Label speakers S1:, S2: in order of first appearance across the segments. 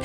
S1: แถ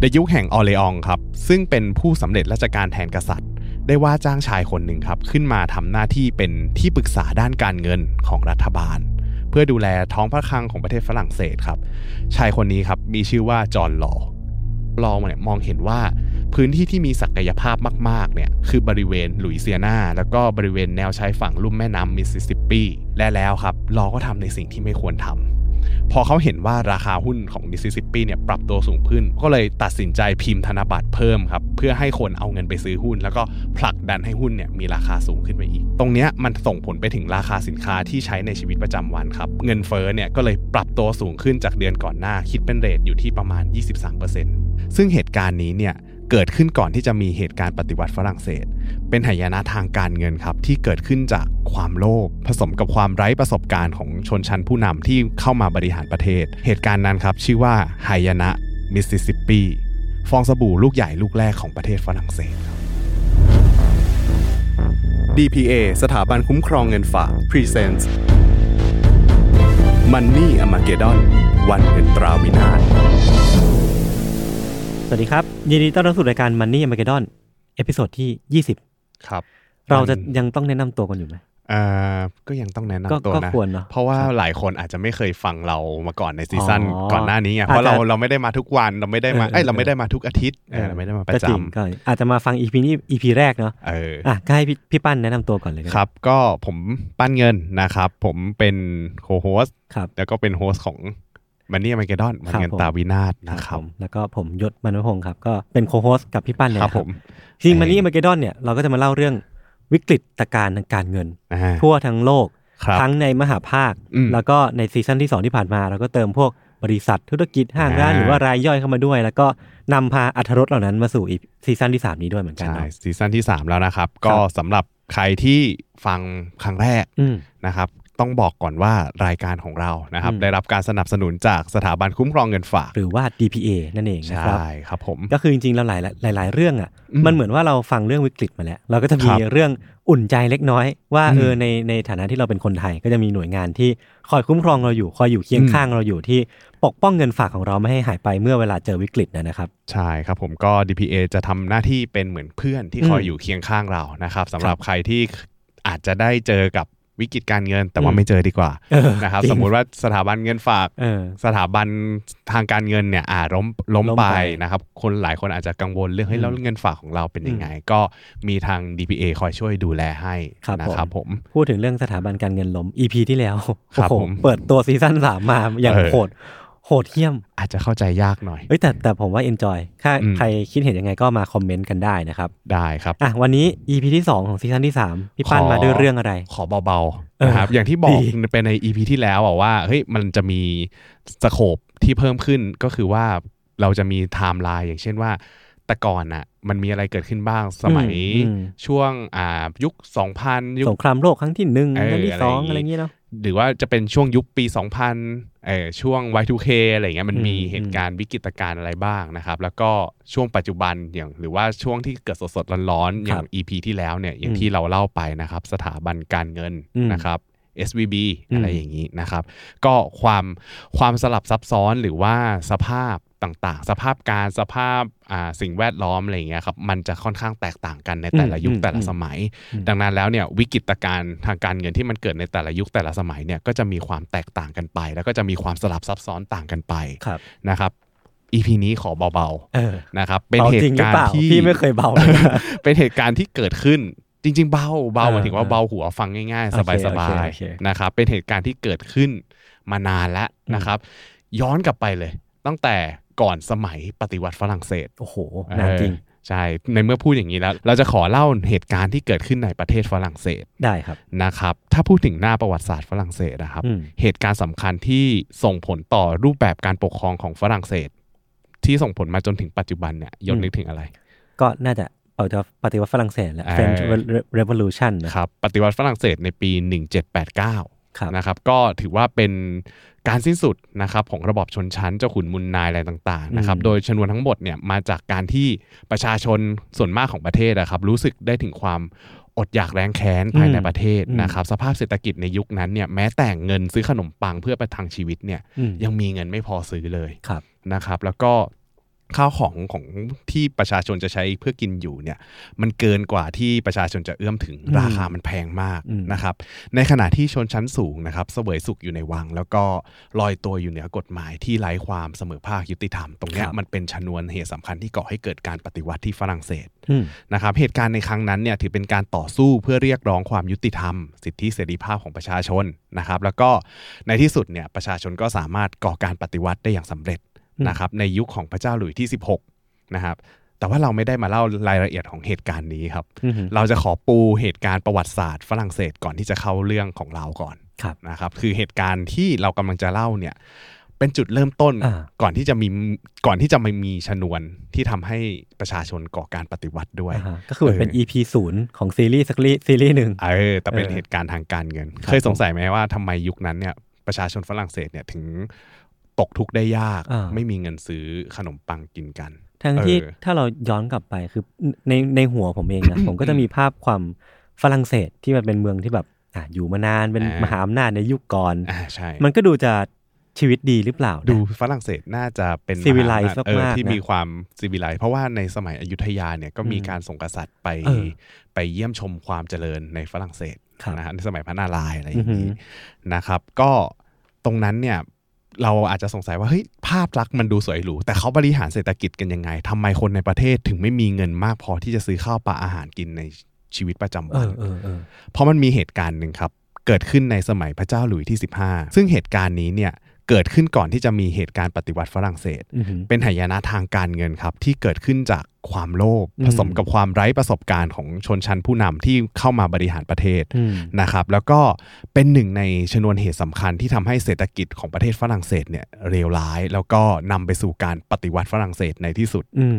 S2: ในยุคแห่งออเลอองครับ ซึ่งเป็นผู้สำเร็จราชการแทนกษัตริย์ ได้ว่าจ้างชายคนหนึ่งครับ ขึ้นมาทำหน้าที่เป็นที่ปรึกษาด้านการเงินของรัฐบาล เพื่อดูแลท้องพระคลังของประเทศฝรั่งเศสครับ ชายคนนี้ครับมีชื่อว่าจอห์นลอว์ลอว์เนี่ยมองเห็นว่าพื้นที่ที่มีศักยภาพมากๆเนี่ยคือบริเวณหลุยเซียนา แล้วก็บริเวณแนวชายฝั่งลุ่มแม่น้ำมิสซิสซิปปีและแล้วครับลอว์ก็ทำในสิ่งที่ไม่ควรทำ พอเขาเห็นว่าราคาหุ้นของมิสซิสซิปปีเนี่ยปรับตัวสูงขึ้น ก็เลยตัดสินใจพิมพ์ธนบัตรเพิ่มครับ เพื่อให้คนเอาเงินไปซื้อหุ้น แล้วก็ผลักดันให้หุ้นเนี่ยมีราคาสูงขึ้นไปอีก ตรงเนี้ยมันส่งผลไปถึงราคาสินค้าที่ใช้ในชีวิตประจำวันครับ เงินเฟ้อเนี่ยก็เลยปรับตัวสูงขึ้นจากเดือนก่อนหน้า คิดเป็นเรทอยู่ที่ประมาณ 23%ซึ่งเหตุการณ์นี้เนี่ยเกิดขึ้นก่อนที่จะมีเหตุการณ์ปฏิวัติฝรั่งเศส เป็นหายนะทางการเงินครับที่เกิดขึ้นจากความโลภผสมกับความไร้ประสบการณ์ของชนชั้นผู้นำที่เข้ามาบริหารประเทศ เหตุการณ์นั้นครับชื่อว่าหายนะมิสซิสซิปปีฟองสบู่ลูกใหญ่ลูกแรกของประเทศฝรั่งเศสครับ DPA สถาบันคุ้มครองเงินฝาก Presents Money a m a g e d o n วันเงินตราวินาศ
S3: สวัสดีครับ ยินดีต้อนรับสู่รายการ Money a m a g e d o n เอพิโซดที่
S2: ครับ
S3: 20 เราจะยังต้องแนะนำตัวกันอยู่ไหม
S2: อ่าก็ยังต้องแนะ
S3: ก็
S2: นำตัว
S3: ก็
S2: นะ
S3: ควรเนาะ
S2: เพราะว่าหลายคนอาจจะไม่เคยฟังเรามาก่อนในซีซั่น
S3: อ๋อ
S2: ก่อนหน้านี้ไง
S3: อาจจะ
S2: เพราะเราเราไม่ได้มาทุกวันเราไม่ได้มา
S3: เออ
S2: เอ้ย
S3: เออ
S2: เราไม่ได้มาทุกอาทิตย์เออเราไม่ได้มาประ
S3: ก็จริง
S2: จำ
S3: ก็อาจจะมาฟัง EP นี้ EP แรกเนาะ
S2: เออ
S3: อ่ะก็ให้พี่พี่ปั้นแนะนำตัวก่อนเลยกัน
S2: ครับ ก็ผมปั้นเงินนะครับ ผมเป็นโคโฮสต์
S3: ครับ
S2: แล้วก็เป็นโฮสต์ของมันนี่มาเกดอนมันเงิน
S3: ผม
S2: ตาวินาศ
S3: ครั
S2: นะ
S3: บ
S2: ค
S3: ผ
S2: รับ
S3: มแล้วก็ผมยศมานพงศ์ครับ ก็เป็นโคโฮสกับพี่ปั้นเนี่ย
S2: ค
S3: นะ
S2: รับผม
S3: จริง Money a m a g e d o n เนี่ยเราก็จะมาเล่าเรื่องวิกฤตการณ์ทางการเงิน
S2: อ่า
S3: ทั่วทั้งโลก
S2: ครับ
S3: ทั้งในมหาภาค
S2: อืม
S3: แล้วก็ในซีซั่นที่ 2 ที่ผ่านมา เราก็เติมพวกบริษัทธุรกิจห้างร้าน
S2: อ่า
S3: หรือว่ารายย่อยเข้ามาด้วย แล้วก็นำพาอัธรสเหล่านั้นมาสู่อีกซีซั่นที่ 3 นี้ด้วยเหมือนกัน
S2: ใช่
S3: เนาะ
S2: ซีซั่นที่ 3 แล้วนะครับ ก็
S3: ครับ
S2: สำหรับใครที่ฟังครั้งแรก
S3: อืม
S2: นะครับต้องบอกก่อนว่ารายการของเรานะครับ
S3: อืม
S2: ได้รับการสนับสนุนจากสถาบันคุ้มครองเงินฝาก
S3: หรือว่า DPA นั่นเองนะ
S2: ใช่
S3: ครับ
S2: ครับผม
S3: ก็คือจริงๆเราหลายๆหลาย ๆ เรื่องอ่ะ
S2: อืม
S3: มันเหมือนว่าเราฟังเรื่องวิกฤตมาแล้ว เราก็จะมี
S2: ครับ
S3: เรื่องอุ่นใจเล็กน้อย ว่า
S2: อืม
S3: เออในในฐานะที่เราเป็นคนไทยก็จะมีหน่วยงานที่คอยคุ้มครองเราอยู่คอยอยู่เคียง
S2: อืม
S3: ข้างเราอยู่ที่ปกป้องเงินฝากของเราไม่ให้หายไปเมื่อเวลาเจอวิกฤตนะครับ
S2: ใช่ครับผมก็ DPA จะทำหน้าที่เป็นเหมือนเพื่อนที่
S3: อืม
S2: คอยอยู่เคียงข้างเรานะครับสำหรับใครที่อาจจะได้เจอกับวิกฤตการเงิน แต่ว่า
S3: อืม
S2: ไม่เจอดีกว่า
S3: เออ
S2: นะครับ
S3: จริง
S2: สมมุติว่าสถาบันเงินฝาก
S3: เออ
S2: สถาบันทางการเงินเนี่ยอ่าล้มล้ม
S3: ล้ม
S2: ไป
S3: ไป
S2: นะครับ คนหลายคนอาจจะกังวลเรื่องเฮ้ยแล้วเงินฝากของเราเป็นยังไง ก็มีทาง DPA คอยช่วยดูแลให้
S3: ครับ
S2: นะ
S3: ผม
S2: ครับผม
S3: พูดถึงเรื่องสถาบันการเงินล้ม EP ที่แล้ว
S2: ครับ
S3: โอ้โห
S2: ผม
S3: เปิดตัวซีซั่นสามมาอย่าง
S2: เออ
S3: โหดโหดเหี้ยม
S2: อาจจะเข้าใจยากหน่อย
S3: เอ้ยแต่แต่ผมว่า enjoy ถ้า
S2: อืม
S3: ใครคิดเห็นยังไงก็มาคอมเมนต์กันได้นะครับ
S2: ได้ครับ
S3: อ่ะวันนี้ EP ที่สองของซีซั่นที่สามพี่ปั้น
S2: ขอ
S3: มาด้วยเรื่องอะไร
S2: ขอเบาๆนะครับ อย่างที่บอก
S3: ดี
S2: ไปใน EP ที่แล้วอะว่าเฮ้ยมันจะมีสโคปที่เพิ่มขึ้นก็คือว่าเราจะมีไทม์ไลน์อย่างเช่นว่า แต่ก่อนน่ะมันมีอะไรเกิดขึ้นบ้างสมัย
S3: อืม
S2: ช่วงอ่ายุค 2000 ยุค
S3: สงครามโลกครั้งที่หนึ่ง
S2: เออ
S3: ครั้งที่สอง
S2: อะ
S3: อะไร ไร
S2: อย่างงี้
S3: เงี้ยเนาะ
S2: หรือว่าจะเป็นช่วงยุคปี 2000เออช่วง Y2K อะไรอย่างเงี้ยมันมี
S3: อืม
S2: เหตุการณ์วิกฤตการณ์อะไรบ้างนะครับ แล้วก็ช่วงปัจจุบันอย่างหรือว่าช่วงที่เกิดสดๆร้อนๆอย่าง EP ที่แล้วเนี่ยอย่างที่เราเล่าไปนะครับ สถาบันการเงินนะครับ SVB อะไรอย่างนี้นะครับ ก็ความความสลับซับซ้อนหรือว่าสภาพต่างๆ สภาพการสภาพอ่าสิ่งแวดล้อมอะไรอย่างเงี้ยครับมันจะค่อนข้างแตกต่างกันในแต่ละยุค
S3: อืม
S2: แต่ละ
S3: อืม
S2: สมัย ดังนั้นแล้วเนี่ยวิกฤตการณ์ทางการเงินที่มันเกิดในแต่ละยุคแต่ละสมัยเนี่ยก็จะมีความแตกต่างกันไป แล้วก็จะมีความสลับซับซ้อนต่างกันไป
S3: ครับ
S2: นะครับ EP นี้ขอเบา
S3: เออ
S2: ๆนะครับเป็น
S3: บา
S2: เห
S3: จริง
S2: ตุ
S3: หรือ
S2: การ
S3: เปล่
S2: ณ์ที่
S3: พี่ไม่เคยเบาเลย
S2: เป็นเหตุการณ์ที่เกิดขึ้นจริง ๆ เบาเบาหมายถึงว่า
S3: เออ
S2: เบาหัวฟังง่าย
S3: โอ
S2: ๆ
S3: เค
S2: สบาย
S3: โอเคโอเค
S2: ๆนะครับเป็นเหตุการณ์ที่เกิดขึ้นมานานแล้ว
S3: อืม
S2: นะครับ ย้อนกลับไปเลย ตั้งแต่ก่อนสมัยปฏิวัติฝรั่งเศส
S3: โอ้โหนานจริง
S2: เออใช่ในเมื่อพูดอย่างนี้แล้ว เราจะขอเล่าเหตุการณ์ที่เกิดขึ้นในประเทศฝรั่งเศส
S3: ได้ครับ
S2: นะครับ ถ้าพูดถึงหน้าประวัติศาสตร์ฝรั่งเศสนะครับ
S3: อืม
S2: เหตุการณ์สำคัญที่ส่งผลต่อรูปแบบการปกครองของฝรั่งเศส ที่ส่งผลมาจนถึงปัจจุบันเนี่ยยศ
S3: อืม
S2: นึกถึงอะไร
S3: ก็น่าจะเอาจะปฏิวัติฝรั่งเศสแหละ French
S2: เออ
S3: Re- Revolution นะครับ
S2: ปฏิวัติฝรั่งเศสในปี 1789
S3: ครับ
S2: นะครับ ก็ถือว่าเป็นการสิ้นสุดนะครับของระบอบชนชั้นเจ้าขุนมุนนายอะไรต่างๆนะครับ
S3: อืม
S2: โดยชนวนทั้งหมดเนี่ยมาจากการที่ประชาชนส่วนมากของประเทศนะครับ รู้สึกได้ถึงความอดอยากแรงแค้นภายในประเทศนะครับ สภาพเศรษฐกิจในยุคนั้นเนี่ยแม้แต่เงินซื้อขนมปังเพื่อประทังชีวิตเนี่ย
S3: อืม
S2: ยังมีเงินไม่พอซื้อเลย
S3: ครับ
S2: นะครับแล้วก็ข้าวของของที่ประชาชนจะใช้เพื่อกินอยู่เนี่ยมันเกินกว่าที่ประชาชนจะเอื้อมถึง
S3: อืม
S2: ราคามันแพงมาก
S3: อืม
S2: นะครับในขณะที่ชนชั้นสูงนะครับเสวยสุขอยู่ในวัง แล้วก็ลอยตัวอยู่เหนือกฎหมายที่ไร้ความเสมอภาคยุติธรรม ตรงเนี้ยมันเป็นชนวนเหตุสำคัญที่ก่อให้เกิดการปฏิวัติที่ฝรั่งเศส
S3: อืม
S2: นะครับเหตุการณ์ในครั้งนั้นเนี่ยถือเป็นการต่อสู้เพื่อเรียกร้องความยุติธรรม สิทธิเสรีภาพของประชาชนนะครับแล้วก็ในที่สุดเนี่ยประชาชนก็สามารถก่อการปฏิวัติได้อย่างสำเร็จ
S3: อืม
S2: นะครับในยุคของพระเจ้าหลุยส์ที่ 16นะครับแต่ว่าเราไม่ได้มาเล่ารายละเอียดของเหตุการณ์นี้ครับ
S3: อืม
S2: เราจะขอปูเหตุการณ์ประวัติศาสตร์ฝรั่งเศสก่อนที่จะเข้าเรื่องของเราก่อน
S3: ครับ
S2: นะครับคือเหตุการณ์ที่เรากำลังจะเล่าเนี่ยเป็นจุดเริ่มต้น
S3: อ่า
S2: ก่อนที่จะมีก่อนที่จะไม่มีชนวนที่ทำให้ประชาชนก่อการปฏิวัติด้วย
S3: อ่าฮะก็คือเหมือนเป็น
S2: เออ
S3: EP ศูนย์ของซีรีส์สักรีซีรีส์หนึ่ง
S2: เออแต่เป็น
S3: เออ
S2: เหตุการณ์ทางการเงิน
S3: ครับ
S2: เคยสงสัยไหมว่าทำไมยุคนั้นเนี่ยประชาชนฝรั่งเศสเนี่ยถึงตกทุกข์ได้ยาก
S3: อ่า
S2: ไม่มีเงินซื้อขนมปังกินกัน
S3: ทั้งที่
S2: เออ
S3: ถ้าเราย้อนกลับไปคือในในหัวผมเอง นะ ผมก็จะมีภาพความฝรั่งเศสที่มันเป็นเมืองที่แบบอ่ะอยู่มานานเป็นมหาอำนาจในยุคก่อน
S2: อ่าใช่
S3: มันก็ดูจะชีวิตดีหรือเปล่านะ
S2: ดูฝรั่งเศสน่าจะเป็น
S3: Civilized
S2: มหาอำนจเออ
S3: มากๆ
S2: ที่
S3: นะ
S2: มีความซีวิไลเพราะว่าในสมัยอยุธยาเนี่ยก็มี
S3: อืม
S2: การส่งกษัตริย์ไป
S3: เออ
S2: ไปเยี่ยมชมความเจริญในฝรั่งเศส
S3: ครับ
S2: นะฮะในสมัยพระนารายณ์อะไรอย่าง
S3: อื
S2: นี้
S3: อหื
S2: นะครับ ก็ตรงนั้นเนี่ยเราอาจจะสงสัยว่าเฮ้ยภาพลักษณ์มันดูสวยหรูแต่เขาบริหารเศรษฐกิจกันยังไงทำไมคนในประเทศถึงไม่มีเงินมากพอที่จะซื้อข้าวปลาอาหารกินในชีวิตประจำ
S3: เอ
S2: วัน
S3: อเออเออ
S2: เพราะมันมีเหตุการณ์หนึ่งครับ เกิดขึ้นในสมัยพระเจ้าหลุยส์ที่ 15 ซึ่งเหตุการณ์นี้เนี่ยเกิดขึ้นก่อนที่จะมีเหตุการณ์ปฏิวัติฝรั่งเศส
S3: อือหือ
S2: เป็นหายนะทางการเงินครับ ที่เกิดขึ้นจากความโลภ
S3: อืม
S2: ผสมกับความไร้ประสบการณ์ของชนชั้นผู้นำที่เข้ามาบริหารประเทศ
S3: อืม
S2: นะครับ แล้วก็เป็นหนึ่งในชนวนเหตุสำคัญที่ทำให้เศรษฐกิจของประเทศฝรั่งเศสเนี่ยเลวร้าย แล้วก็นำไปสู่การปฏิวัติฝรั่งเศสในที่สุด
S3: อืม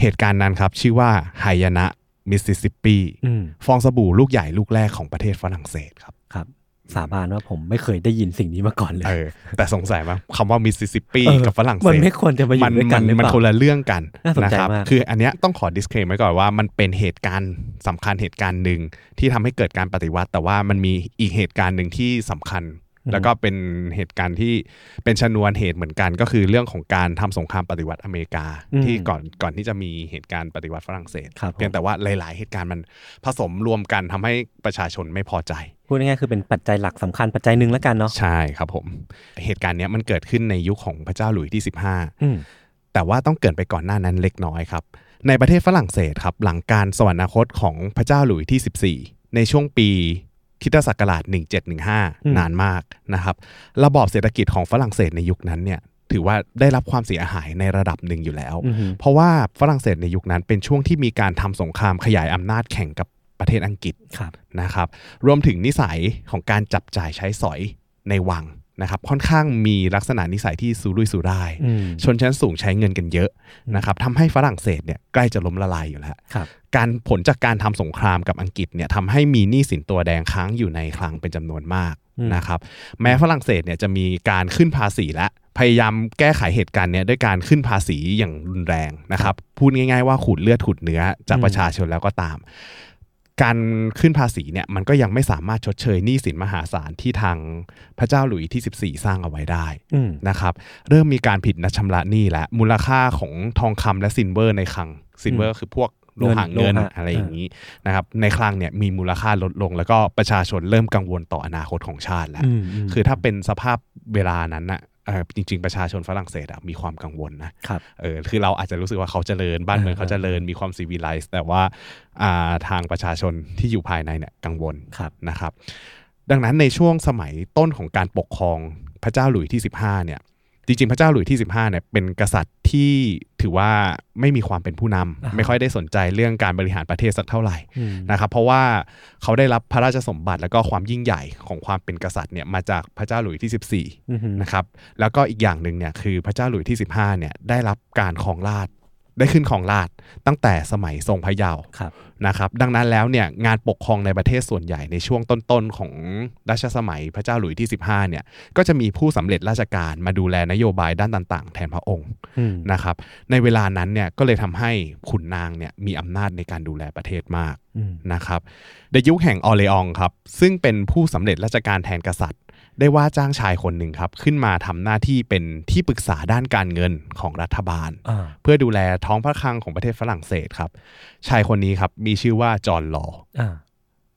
S2: เหตุการณ์นั้นครับชื่อว่าหายนะมิสซิสซิปปี
S3: อืม
S2: ฟองสบู่ลูกใหญ่ลูกแรกของประเทศฝรั่งเศสครับ
S3: ครับ สาบานว่าผมไม่เคยได้ยินสิ่งนี้มาก่อนเลย
S2: เออ แต่สงสัยมั้ยคำว่ามิสซิสซิปปี
S3: เออ
S2: กับฝรั่งเศส
S3: มันไม่ควรจะมาอยู่
S2: น
S3: ด้วยกันหรือเปล่ามั
S2: มันคนละเรื่องกัน
S3: น่าสนใจ
S2: ครั
S3: มาก
S2: คืออันเนี้ยต้องขอ disclaim ไว้ก่อนว่ามันเป็นเหตุการณ์สำคัญเหตุการณ์หนึ่งที่ทำให้เกิดการปฏิวัติ แต่ว่ามันมีอีกเหตุการณ์หนึ่งที่สำคัญ แล้วก็เป็นเหตุการณ์ที่เป็นชนวนเหตุเหมือนกัน ก็คือเรื่องของการทำสงครามปฏิวัติอเมริกา
S3: อืม
S2: ที่ก่อนก่อนที่จะมีเหตุการณ์ปฏิวัติฝรั่งเศส
S3: ครับผม
S2: เพียงแต่ว่าหลาย ๆ เหตุการณ์มันผสมรวมกันทำให้ประชาชนไม่พอใจ
S3: พูดง่ายๆคือเป็นปัจจัยหลักสำคัญปัจจัยหนึ่งแล้วกันเนาะ
S2: ใช่ครับผม เหตุการณ์เนี้ยมันเกิดขึ้นในยุคของพระเจ้าหลุยส์ที่
S3: อืม
S2: 15 แต่ว่าต้องเกรินไปก่อนหน้านั้นเล็กน้อยครับ ในประเทศฝรั่งเศสครับหลังการสวรรคตของพระเจ้าหลุยส์ที่ 14 ในช่วงปีคริสตศักราช
S3: อืม
S2: 1715 นานมากนะครับ ระบอบเศรษฐกิจของฝรั่งเศสในยุคนั้นเนี่ยถือว่าได้รับความเสียหายในระดับหนึ่งอยู่แล้ว
S3: อืม
S2: เพราะว่าฝรั่งเศสในยุคนั้นเป็นช่วงที่มีการทำสงครามขยายอำนาจแข่งกับประเทศอังกฤษ
S3: ครับ
S2: นะครับรวมถึงนิสัยของการจับจ่ายใช้สอยในวังนะครับค่อนข้างมีลักษณะนิสัยที่สุรุ่ยสุร่าย
S3: อืม
S2: ชนชั้นสูงใช้เงินกันเยอะนะครับทำให้ฝรั่งเศสเนี่ยใกล้จะล้มละลายอยู่แล้ว
S3: ครับ
S2: การผลจากการทำสงครามกับอังกฤษเนี่ยทำให้มีหนี้สินตัวแดงค้างอยู่ในคลังเป็นจำนวนมาก
S3: อืม
S2: นะครับแม้ฝรั่งเศสเนี่ยจะมีการขึ้นภาษีและพยายามแก้ไขเหตุการณ์เนี่ยด้วยการขึ้นภาษีอย่างรุนแรงนะครับพูดง่ายๆว่าขูดเลือดขูดเนื้อจากประชาชนแล้วก็ตาม การขึ้นภาษีเนี่ยมันก็ยังไม่สามารถชดเชยหนี้สินมหาศาลที่ทางพระเจ้าหลุยส์ที่ 14 สร้างเอาไว้ได้
S3: อืม
S2: นะครับเริ่มมีการผิดนัดชำระหนี้และมูลค่าของทองคำและซินเวอร์ในคลังซินเวอร์คือพวกโลหะ
S3: เงินโล
S2: เงิน
S3: หะ
S2: อะไรอย่างนี้นะครับในคลังเนี่ยมีมูลค่าลดลง แล้วก็ประชาชนเริ่มกังวลต่ออนาคตของชาติแล้ว
S3: อืมม
S2: คือถ้าเป็นสภาพเวลานั้นน่ะ เอ่อจริง ๆ ประชาชนฝรั่งเศสอะมีความกังวลนะ
S3: ครับ
S2: เออคือเราอาจจะรู้สึกว่าเขาเจริญบ้านเมือง
S3: อ่า
S2: เขาเจริญมีความซีวิไลซ์แต่ว่าอ่าทางประชาชนที่อยู่ภายในเนี่ยกังวล
S3: ครับ
S2: นะครับ ดังนั้นในช่วงสมัยต้นของการปกครองพระเจ้าหลุยที่ 15เนี่ยจริงๆ พระเจ้าหลุยที่ 15เนี่ยเป็นกษัตริย์ที่ถือว่าไม่มีความเป็นผู้นำ
S3: อ่าฮะ
S2: ไม่ค่อยได้สนใจเรื่องการบริหารประเทศสักเท่าไหร่
S3: อืม
S2: นะครับเพราะว่าเขาได้รับพระราชสมบัติและก็ความยิ่งใหญ่ของความเป็นกษัตริย์เนี่ยมาจากพระเจ้าหลุยส์ที่
S3: อือฮึ
S2: 14นะครับแล้วก็อีกอย่างหนึ่งเนี่ยคือพระเจ้าหลุยส์ที่ 15เนี่ยได้รับการครองราชย์ได้ขึ้นครองราชย์ตั้งแต่สมัยทรงพระเยาว์
S3: ครับ
S2: นะครับดังนั้นแล้วเนี่ยงานปกครองในประเทศส่วนใหญ่ในช่วงต้นๆของรัชสมัยพระเจ้าหลุยส์ที่ 15เนี่ยก็จะมีผู้สำเร็จราชการมาดูแลนโยบายด้านต่าง ๆ แทนพระองค์
S3: อืม
S2: นะครับในเวลานั้นเนี่ยก็เลยทำให้ขุนนางเนี่ยมีอำนาจในการดูแลประเทศมาก
S3: อืม
S2: นะครับในยุคแห่งออร์เลอองครับซึ่งเป็นผู้สำเร็จราชการแทนกษัตริย์ ได้ว่าจ้างชายคนหนึ่งครับขึ้นมาทำหน้าที่เป็นที่ปรึกษาด้านการเงินของรัฐบาล
S3: อ่า
S2: เพื่อดูแลท้องพระคลังของประเทศฝรั่งเศสครับชายคนนี้ครับมีชื่อว่าจอห์นลอว์
S3: อ่า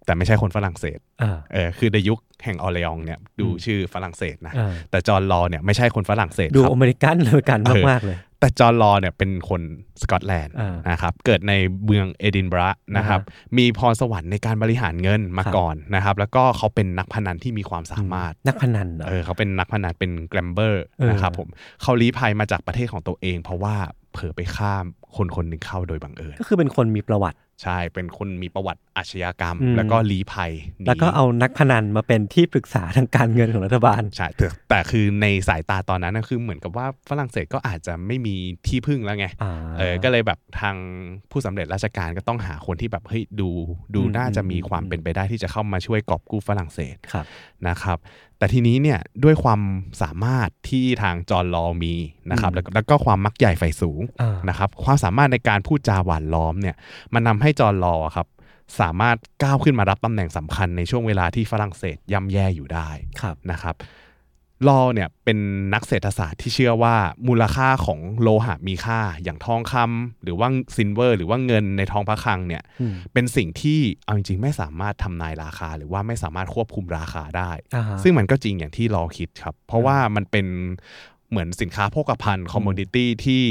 S2: แต่ไม่ใช่คนฝรั่งเศส
S3: อ่า
S2: เออคือในยุคแห่งออร์เลอองเนี่ยดู
S3: อืม
S2: ชื่อฝรั่งเศสนะ
S3: อ่า
S2: แต่จอห์นลอว์เนี่ยไม่ใช่คนฝรั่งเศส
S3: ดู
S2: ครับ
S3: อเมริกันเลยกัน
S2: เออ
S3: มากๆเลย
S2: แต่จอห์นลอว์เนี่ยเป็นคนสกอตแลนด์
S3: อ่าน
S2: นะครับเกิดในเมืองเอดินบะระนะครับมีพรสวรรค์ในการบริหารเงินมาก่อนนะครับแล้วก็เขาเป็นนักพนันที่มีความสามารถ
S3: นักพนันเหรอ
S2: เออเขาเป็นนักพนันเป็นแกรมเบอร์
S3: เออ
S2: นะครับผมเขาลี้ภัยมาจากประเทศของตัวเอง เพราะว่าเผลอไปข้ามคนคนหนึ่งเข้าโดยบังเอิญ
S3: ก็คือเป็นคนมีประวัติ
S2: ใช่เป็นคนมีประวัติอาชญากรรม
S3: อืม
S2: แล้วก็ลี้ภัยหนี
S3: แล้วก็เอานักพนันมาเป็นที่ปรึกษาทางการเงินของรัฐบาล
S2: ใช่แต่แต่คือในสายตาตอนนั้นนะคือเหมือนกับว่าฝรั่งเศสก็อาจจะไม่มีที่พึ่งแล้วไง
S3: อ่า
S2: เออก็เลยแบบทางผู้สำเร็จราชการก็ต้องหาคนที่แบบเฮ้ยดูดู
S3: อืม
S2: น่าจะมี
S3: อืม
S2: ความ
S3: อืม
S2: เป็นไปได้ที่จะเข้ามาช่วยกอบกู้ฝรั่งเศส
S3: ครับ
S2: นะครับ แต่ทีนี้เนี่ยด้วยความสามารถที่ทางจอร์นลอว์มีนะครับ
S3: อืม
S2: แล้วก็แล้วก็ความมักใหญ่ไฟสูง
S3: อ่า
S2: นะครับ ความสามารถในการพูดจาหวานล้อมเนี่ยมันนำให้จอร์นลอว์อะครับสามารถก้าวขึ้นมารับตำแหน่งสำคัญในช่วงเวลาที่ฝรั่งเศสย่ำแย่อยู่ได้
S3: ครับ
S2: นะครับลอเนี่ยเป็นนักเศรษฐศาสตร์ที่เชื่อว่ามูลค่าของโลหะมีค่าอย่างทองคำหรือว่าซินเวอร์ หรือว่าเงินในทองพระคลังเนี่ย
S3: อืม
S2: เป็นสิ่งที่เอาจริงๆ ไม่สามารถทำนายราคา หรือว่าไม่สามารถควบคุมราคาได้
S3: อ่าฮะ
S2: ซึ่งมันก็จริงอย่างที่ลอคิดครับ เพราะว่ามันเป็นเหมือนสินค้าโภคภัณฑ์คอมม o ดิตี้ที่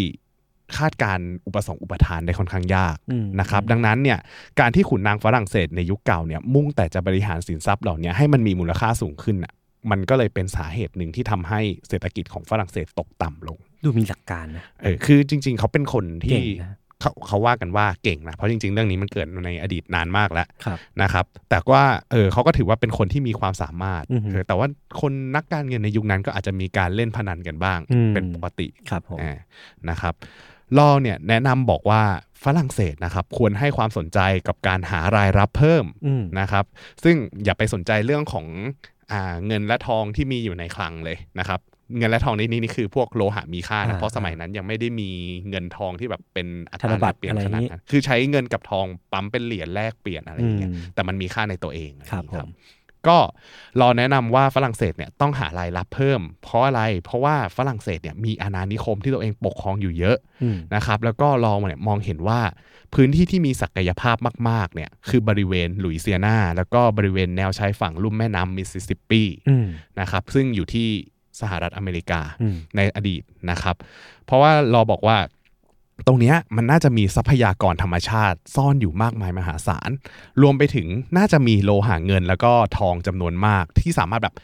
S2: คาดการณ์อุปสงค์อุปทานได้ค่อนข้างยาก
S3: อืม
S2: นะครับ
S3: อืม
S2: ดังนั้นเนี่ยการที่ขุนนางฝรั่งเศสในยุคเก่าเนี่ยมุ่งแต่จะบริหารสินทรัพย์เหล่าเนี้ให้มันมีมูลค่าสูงขึ้นน่ะมันก็เลยเป็นสาเหตุหนึ่งที่ทำให้เศรษฐกิจของฝรั่งเศสตกต่ำลง
S3: ดูมีหลักการนะ
S2: เออคือจริง ๆ เขาเป็นคนที่
S3: เก่งนะ
S2: เขาเขาว่ากันว่าเก่งนะเพราะจริง ๆ เรื่องนี้มันเกิดในอดีตนานมากแล้ว
S3: ครับ
S2: นะครับแต่ว่าเออเขาก็ถือว่าเป็นคนที่มีความสามารถ
S3: อือหือ
S2: เออแต่ว่าคนนักการเงินในยุคนั้นก็อาจจะมีการเล่นพนันกันบ้าง
S3: อืม
S2: เป็นปกติ
S3: ครับผม
S2: อ่านะครับลอเนี่ยแนะนำบอกว่าฝรั่งเศสนะครับควรให้ความสนใจกับการหารายรับเพิ่ม
S3: อืม
S2: นะครับซึ่งอย่าไปสนใจเรื่องของอ่าเงินและทองที่มีอยู่ในคลังเลยนะครับเงินและทองในนี้นี่คือพวกโลหะมีค่านะเพราะสมัยนั้นยังไม่ได้มีเงินทองที่แบบเป็นอัตราแลกเปลี่ยนขนาดนั้นคือใช้เงินกับทองปั๊มเป็นเหรียญแลกเปลี่ยนอะไรอย่างเงี้ย
S3: อืม
S2: แต่มันมีค่าในตัวเองอะไอย่างเงี้ย
S3: ครับผม
S2: ก็รอแนะนำว่าฝรั่งเศสเนี่ยต้องหารายรับเพิ่ม เพราะอะไร เพราะว่าฝรั่งเศสเนี่ยมีอาณานิคมที่ตัวเองปกครองอยู่เยอะ
S3: อืม
S2: นะครับ แล้วก็รอเนี่ยมองเห็นว่าพื้นที่ที่มีศักยภาพมากๆเนี่ยคือบริเวณหลุยเซียนา แล้วก็บริเวณแนวชายฝั่งลุ่มแม่น้ำมิสซิสซิปปี
S3: อืม
S2: นะครับ ซึ่งอยู่ที่สหรัฐอเมริกา
S3: อืม
S2: ในอดีตนะครับ เพราะว่ารอบอกว่าตรงเนี้ยมันน่าจะมีทรัพยากรธรรมชาติซ่อนอยู่มากมายมหาศาล รวมไปถึงน่าจะมีโลหะเงินแล้วก็ทองจำนวนมากที่สามารถแบบ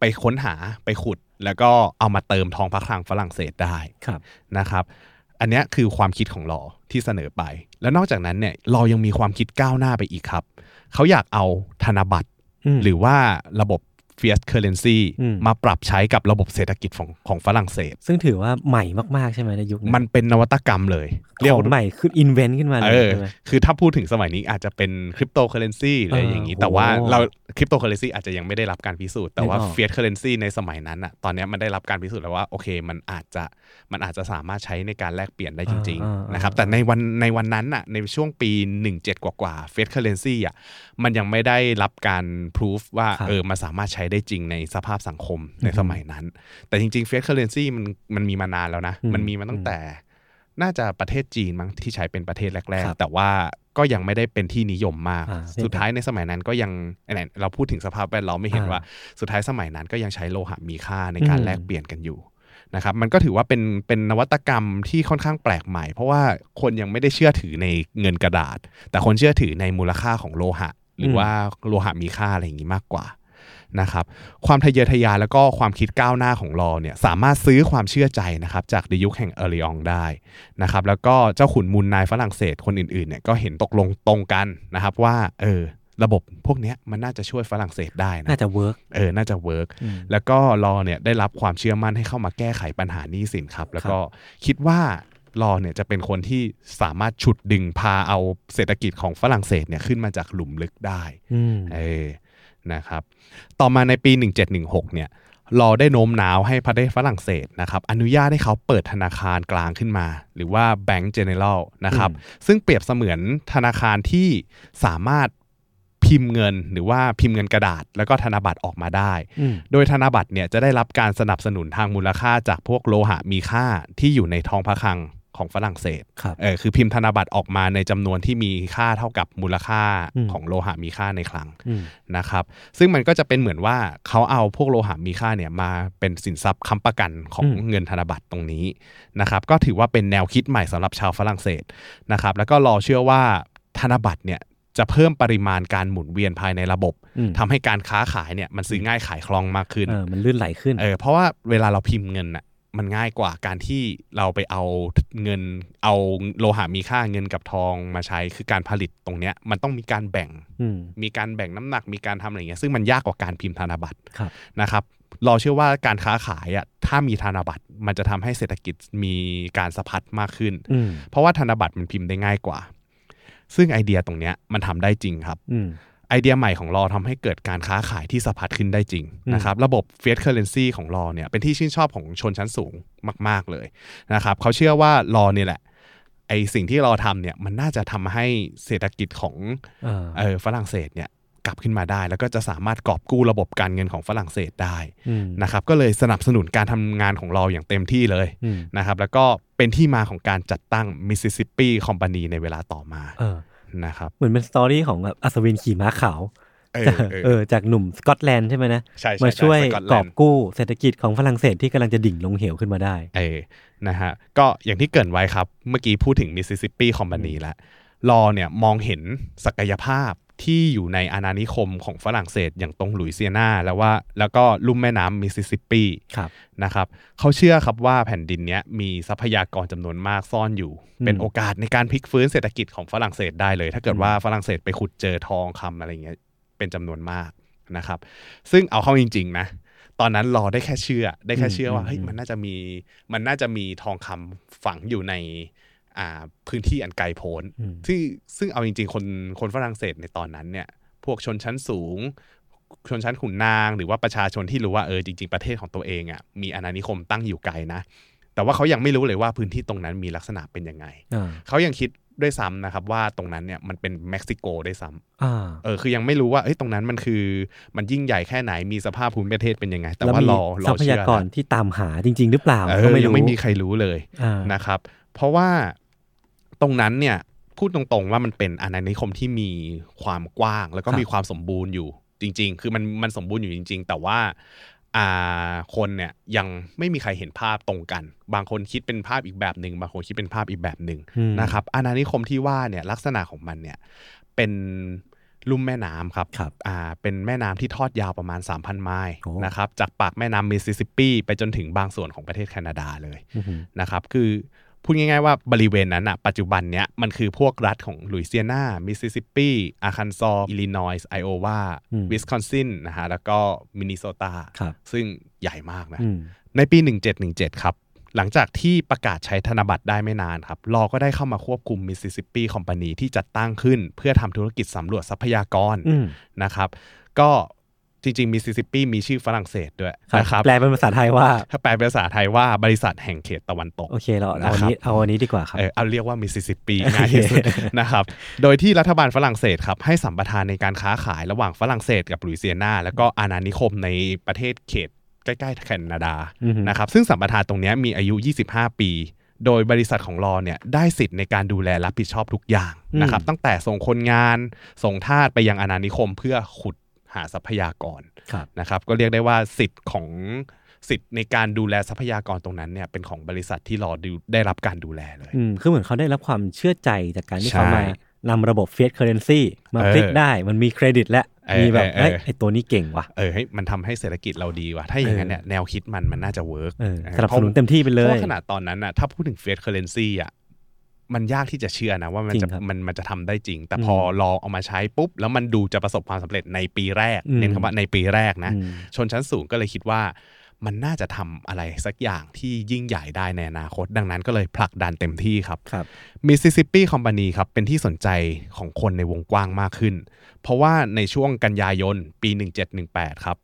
S2: ไปค้นหาไปขุด แล้วก็เอามาเติมทองพระคลังฝรั่งเศสได้
S3: ครับ
S2: นะครับ อันเนี้ยคือความคิดของลอที่เสนอไป แล้วนอกจากนั้นเนี่ยลอยังมีความคิดก้าวหน้าไปอีกครับ เขาอยากเอาธนบัตร
S3: ม
S2: หรือว่าระบบ fiat currency
S3: อืม
S2: มาปรับใช้กับระบบเศรษฐกิจของของฝรั่งเศส
S3: ซึ่งถือว่าใหม่มากๆใช่ไหมในยุคนี้
S2: มันเป็นนวัตกรรมเลย
S3: เรียกใหม่ขึ้นอินเวนต์ขึ้นมาเล
S2: เอย อ
S3: ใช่ไหม
S2: คือถ้าพูดถึงสมัยนี้อาจจะเป็นคริปโตเคอเรนซีหรืออะไรอย่างนี้
S3: เออ
S2: แต่ว่า
S3: โอ้
S2: เราคริปโตเคอเรนซีอาจจะยังไม่ได้รับการพิสูจน์ แต่ว่า
S3: นึกออก
S2: เฟียสเคอเรนซีในสมัยนั้นอ่ะ ตอนเนี้ยมันได้รับการพิสูจน์แล้วว่าโอเค มันอาจจะมันอาจจะสามารถใช้ในการแลกเปลี่ยนได้จริงๆนะครับ แต่ในวันในวันนั้นอ่ะ ในช่วงปี 17 กว่ากว่าเฟียสเคอเรนซีอ่ะ มันยังไม่ได้รับการพิสูจว่า
S3: ครับ
S2: เออ มันสามารถใช้ได้จริงในสภาพสังคมในสมัยนั้น แต่จริงๆเฟียสเคอเรนซีมันมันมีมานานแล้วนะ
S3: อืม
S2: มันมีมาตั้งแต่ น่าจะประเทศจีนมั้งที่ใช้เป็นประเทศแรก
S3: ครับ
S2: ๆ แต่ว่าก็ยังไม่ได้เป็นที่นิยมมาก
S3: อ่าใช่
S2: สุดท้ายในสมัยนั้นก็ยังไหนเราพูดถึงสภาพแวดล้อมไม่เห็น
S3: อ่า
S2: ว่า สุดท้ายสมัยนั้นก็ยังใช้โลหะมีค่าในการ
S3: อืม
S2: แลกเปลี่ยนกันอยู่ นะครับมันก็ถือว่าเป็นเป็นนวัตกรรมที่ค่อนข้างแปลกใหม่ เพราะว่าคนยังไม่ได้เชื่อถือในเงินกระดาษ แต่คนเชื่อถือในมูลค่าของโลหะ หรือว่าโลหะมีค่าอะไรอย่างนี้มากกว่านะครับความทะเยอทะยานแล้วก็ความคิดก้าวหน้าของลอเนี่ยสามารถซื้อความเชื่อใจนะครับจากดยุคแห่งเอริองได้นะครับแล้วก็เจ้าขุนมูลนายฝรั่งเศสคนอื่นๆเนี่ยก็เห็นตกลงตรงกันนะครับว่าเออระบบพวกเนี้ยมันน่าจะช่วยฝรั่งเศสได้นะ
S3: น่าจะเวิร์ก
S2: เออน่าจะเวิร์ก แล้วก็รอเนี่ยได้รับความเชื่อมั่นให้เข้ามาแก้ไขปัญหาหนี้สินครับ แล้วก็คิดว่ารอเนี่ยจะเป็นคนที่สามารถฉุดดึงพาเอาเศรษฐกิจของฝรั่งเศสเนี่ยขึ้นมาจากหลุมลึกได้เออนะครับต่อมาในปี 1716เนี่ยรอได้โน้มน้าวให้ประเทศฝรั่งเศสนะครับอนุญาตให้เขาเปิดธนาคารกลางขึ้นมา หรือว่าแบงก์เจเนอเรลนะครับซึ่งเปรียบเสมือนธนาคารที่สามารถพิมพ์เงินหรือว่าพิมพ์เงินกระดาษ แล้วก็ธนบัตรออกมาได้ โดยธนบัตรเนี่ยจะได้รับการสนับสนุนทางมูลค่าจากพวกโลหะมีค่าที่อยู่ในทองพระคลังของฝรั่งเศส
S3: ครับ
S2: เออคือพิมพ์ธนบัตรออกมาในจำนวนที่มีค่าเท่ากับมูลค่า
S3: อืม
S2: ของโลหะมีค่าในคลัง
S3: อืม
S2: นะครับ ซึ่งมันก็จะเป็นเหมือนว่าเขาเอาพวกโลหะมีค่าเนี่ยมาเป็นสินทรัพย์ค้ำประกันของ
S3: อืม
S2: เงินธนบัตรตรงนี้นะครับ ก็ถือว่าเป็นแนวคิดใหม่สำหรับชาวฝรั่งเศสนะครับ แล้วก็รอเชื่อว่าธนบัตรเนี่ยจะเพิ่มปริมาณการหมุนเวียนภายในระบบ
S3: อืม
S2: ทำให้การค้าขายเนี่ยมันซื้อง่ายขายคล่องมากขึ้น
S3: เออมันลื่นไหลขึ้น
S2: เออเพราะว่าเวลาเราพิมพ์เงินน่ะมันง่ายกว่าการที่เราไปเอาเงินเอาโลหะมีค่าเงินกับทองมาใช้คือการผลิตตรงเนี้ยมันต้องมีการแบ่ง
S3: อืม
S2: มีการแบ่งน้ำหนักมีการทำอะไรเงี้ยซึ่งมันยากกว่าการพิมพ์ธนบัตร
S3: ครับ
S2: นะครับเราเชื่อว่าการค้าขายอ่ะถ้ามีธนบัตรมันจะทำให้เศรษฐกิจมีการสะพัดมากขึ้น
S3: อืม
S2: เพราะว่าธนบัตรมันพิมพ์ได้ง่ายกว่า ซึ่งไอเดียตรงเนี้ยมันทำได้จริงครับ
S3: อืม
S2: ไอเดียใหม่ของลอทำให้เกิดการค้าขายที่สะพัดขึ้นได้จริง
S3: อืม
S2: นะครับระบบเฟ a t เคอร์เรนซีของลอเนี่ยเป็นที่ชื่นชอบของชนชั้นสูงมาก ๆ เลยนะครับเขาเชื่อว่าลอเนี่ยแหละไอสิ่งที่ลอทำเนี่ยมันน่าจะทำให้เศรษฐกิจของ
S3: เออ
S2: เออฝรั่งเศสเนี่ยกลับขึ้นมาได้ แล้วก็จะสามารถกอบกู้ระบบการเงินของฝรั่งเศสได้
S3: อืม
S2: นะครับก็เลยสนับสนุนการทำงานของลออย่างเต็มที่เลย
S3: อืม
S2: นะครับแล้วก็เป็นที่มาของการจัดตั้งมิสซิสซิปปีคอมพานีในเวลาต่อมา
S3: เออ
S2: นะครับ
S3: เหมือนเป็นสตอรี่ของแบบอัศวินขี่ม้าขาว
S2: เออ
S3: จาก
S2: เออ
S3: เออจากหนุ่มสกอตแลนด์ใช่ไหมนะ
S2: ใช่ใ
S3: มาช่วย
S2: สตแล
S3: ก
S2: น
S3: อ
S2: ด์
S3: บกู้เศรษฐกิจของฝรั่งเศสที่กำลังจะดิ่งลงเหวขึ้นมาได้
S2: เออนะฮะ ก็อย่างที่เกรินไว้ครับ เมื่อกี้พูดถึงมิสซิสซิปปีคอมพานีแล้วลอเนี่ยมองเห็นศักยภาพที่อยู่ในอาณานิคมของฝรั่งเศสอย่างตรงหลุยเซียนาแล้วว่าแล้วก็ลุ่มแม่น้ำมิสซิสซิปปี
S3: ครับ
S2: นะครับเขาเชื่อครับว่าแผ่นดินเนี้ยมีทรัพยากรจำนวนมากซ่อนอยู่
S3: อืม
S2: เป็นโอกาสในการพลิกฟื้นเศรษฐกิจของฝรั่งเศสได้เลย ถ้าเกิดว่าฝรั่งเศสไปขุดเจอทองคำอะไรเงี้ยเป็นจำนวนมากนะครับ ซึ่งเอาเข้าจริงๆนะ ตอนนั้นรอได้แค่เชื่อ ได้แค่เชื่อว่า
S3: อืม
S2: เฮ้ย
S3: อืม
S2: มันน่าจะมีมันน่าจะมีทองคำฝังอยู่ในอ่าพื้นที่อันไกลโพ้น
S3: อืม
S2: ที่ซึ่งเอาจริง ๆ คนคนฝรั่งเศสในตอนนั้นเนี่ย พวกชนชั้นสูง ชนชั้นขุนนาง หรือว่าประชาชนที่รู้ว่าเออจริง ๆ ประเทศของตัวเองอะ่ะมีอาณานิคมตั้งอยู่ไกลนะ แต่ว่าเขายังไม่รู้เลยว่าพื้นที่ตรงนั้นมีลักษณะเป็นยังไง
S3: อ่า
S2: เขายังคิดด้วยซ้ำนะครับว่าตรงนั้นเนี่ยมันเป็นเม็กซิโกด้วยซ้ำ
S3: อ่า
S2: เออคือยังไม่รู้ว่าเอ้ยตรงนั้นมันคือมันยิ่งใหญ่แค่ไหนมีสภาพภูมิประเทศเป็นยังไง แต่
S3: แล้ว
S2: ว่า
S3: มี
S2: รอร
S3: ทรั
S2: อ
S3: พ
S2: เชื่
S3: ยา
S2: อก
S3: รที่ตามหาจริง ๆ หรือเปล่า
S2: เอ
S3: ก็
S2: อ
S3: ไม่
S2: ยั
S3: รู้
S2: งไม่มีใครรู้เลย
S3: อ่า
S2: นะครับ เพราะว่าตรงนั้นเนี่ยพูดตรงๆว่ามันเป็นอาณานิคมที่มีความกว้าง แล้วก็มีความสมบูรณ์อยู่จริง ๆ คือมันมันสมบูรณ์อยู่จริง ๆ แต่ว่าอ่าคนเนี่ยยังไม่มีใครเห็นภาพตรงกัน บางคนคิดเป็นภาพอีกแบบหนึ่งบางคนคิดเป็นภาพอีกแบบหนึ่ง
S3: อืม
S2: นะครับอาณานิคมที่ว่าเนี่ยลักษณะของมันเนี่ยเป็นลุ่มแม่น้ำครับ
S3: ครับ
S2: อ่าเป็นแม่น้ำที่ทอดยาวประมาณ 3,000 ไมล์
S3: โอ้
S2: นะครับจากปากแม่น้ำมิสซิสซิปปี ไปจนถึงบางส่วนของประเทศแคนาดาเลย
S3: อื้อหือ
S2: นะครับคือพูดง่ายๆว่าบริเวณนั้นอ่ะปัจจุบันเนี้ยมันคือพวกรัฐของลุยเซียนามิสซิสซิปปีอาคันซออิลลินอยส์ไอโอวาวิสคอนซินนะฮะแล้วก็มินนิโซตา
S3: ครับ
S2: ซึ่งใหญ่มากนะ
S3: อืม
S2: ในปี 1717 ครับ หลังจากที่ประกาศใช้ธนบัตรได้ไม่นานครับ ลอก็ได้เข้ามาควบคุมมิสซิสซิปปีคอมพานีที่จัดตั้งขึ้น เพื่อทำธุรกิจสำรวจทรัพยากร
S3: อืม
S2: นะครับ ก็จริงๆมิสซิสซิปปีมีชื่อฝรั่งเศสด้วย
S3: ครับ
S2: นะครับ
S3: แปลเป็นภาษาไทยว่า
S2: ถ้าแปลเป็นภาษาไทยว่าบริษัทแห่งเขตตะวันตก
S3: โอเคเรา
S2: นะ
S3: เอาอัน
S2: ครับ
S3: นี้เอาอันนี้ดีกว่าครับ
S2: เออเอาเรียกว่ามิสซิสซิ ปปีง่ายที่สุด นะครับ โดยที่รัฐบาลฝรั่งเศสครับให้สัมปทานในการค้าขายระหว่างฝรั่งเศสกับลุยเซียนาแล้วก็อาณานิคมในประเทศเขตใกล้ๆแคนาดา
S3: อือฮึ
S2: นะครับซึ่งสัมปทานตรงเนี้ยมีอายุ 25 ปี โดยบริษัทของลอเนี่ยได้สิทธิ์ในการดูแลรับผิดชอบทุกอย่างนะครับตั้งแต่ส่งคนงานส่งทาสไปยังอาณานิคมเพื่อขุดหาทรัพยากร
S3: ครับ
S2: นะครับก็เรียกได้ว่าสิทธิ์ของ สิทธิ์ในการดูแลทรัพยากรตรงนั้นเนี่ยเป็นของบริษัทที่รอดูได้รับการดูแลเลย
S3: อืมคือเหมือนเขาได้รับความเชื่อใจจากการที่
S2: ใช่
S3: เขามานำระบบเฟียสเคอร์เรนซีมาพลิก
S2: เออ
S3: ได้ มันมีเครดิตและ
S2: เออ
S3: มีแบบ
S2: เออเออ
S3: เอ้ยไอตัวนี้เก่งว่ะ
S2: เออให้มันทำให้เศรษฐกิจเราดีว่ะถ้าอย่างนั้นเนี่ยแนวคิดมันมันน่าจะเวิร์ก
S3: เออสนับสนุนเต็มที่ไปเล
S2: พ
S3: ย
S2: ราะขนาดตอนนั้นน่ะถ้าพูดถึงเฟสเคอร์เรนซีอ่ะมันยากที่จะเชื่อนะว่ามัน
S3: จริง
S2: จะ
S3: ครับ
S2: มันมันจะทำได้จริง แต่พออ
S3: ม
S2: ลองเอามาใช้ปุ๊บ แล้วมันดูจะประสบความสำเร็จในปีแรก
S3: อืม
S2: เน้นคำว่าในปีแรกนะ
S3: อืม
S2: ชนชั้นสูงก็เลยคิดว่ามันน่าจะทำอะไรสักอย่างที่ยิ่งใหญ่ได้ในอนาคต ดังนั้นก็เลยผลักดันเต็มที่ครับ
S3: ครับ
S2: Mississippi Company ครับ เป็นที่สนใจของคนในวงกว้างมากขึ้น เพราะว่าในช่วงกันยายน ปี 1718 ครับ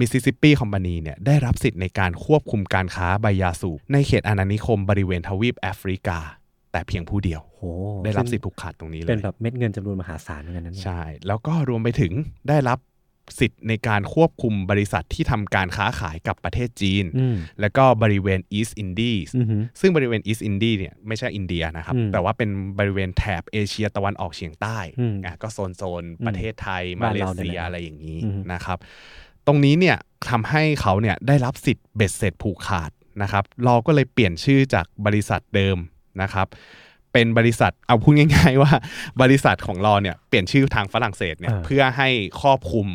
S2: Mississippi Company เนี่ยได้รับสิทธิ์ในการควบคุมการค้าใบยาสูบในเขตอาณานิคมบริเวณทวีปแอฟริกา แต่เพียงผู้เดียว
S3: โห
S2: ได้รับสิทธิ์ผูกขาดตรงนี้เลย
S3: เป็นแบบเม็ดเงินจำนวนมหาศาลเหมือนกันนะเนี่ย
S2: ใช่ แล้วก็รวมไปถึงได้รับสิทธิ์ในการควบคุมบริษัทที่ทำการค้าขายกับประเทศจีน
S3: อืม
S2: แล้วก็บริเวณอีสต์อินดีส
S3: อือหือ
S2: ซึ่งบริเวณอีสต์อินดีเนี่ยไม่ใช่อินเดียนะครับ
S3: อืม
S2: แต่ว่าเป็นบริเวณแถบเอเชียตะวันออกเฉียงใต้
S3: อืม
S2: อ่ะก็โซนโซนๆประเทศไทย มาเลเซีย
S3: บ้านเราเนี่ยนะ
S2: อะไรอย่างนี้
S3: อืม
S2: นะครับ ตรงนี้เนี่ยทำให้เขาเนี่ยได้รับสิทธิ์เบ็ดเสร็จผูกขาดนะครับเราก็เลยเปลี่ยนชื่อจากบริษัทเดิมนะครับ เป็นบริษัทเอาพูดง่าย ๆ ว่า บริษัทของเราเนี่ยเปลี่ยนชื่อทางฝรั่งเศสเนี่ย
S3: อ่า
S2: เพื่อให้ครอบคลุม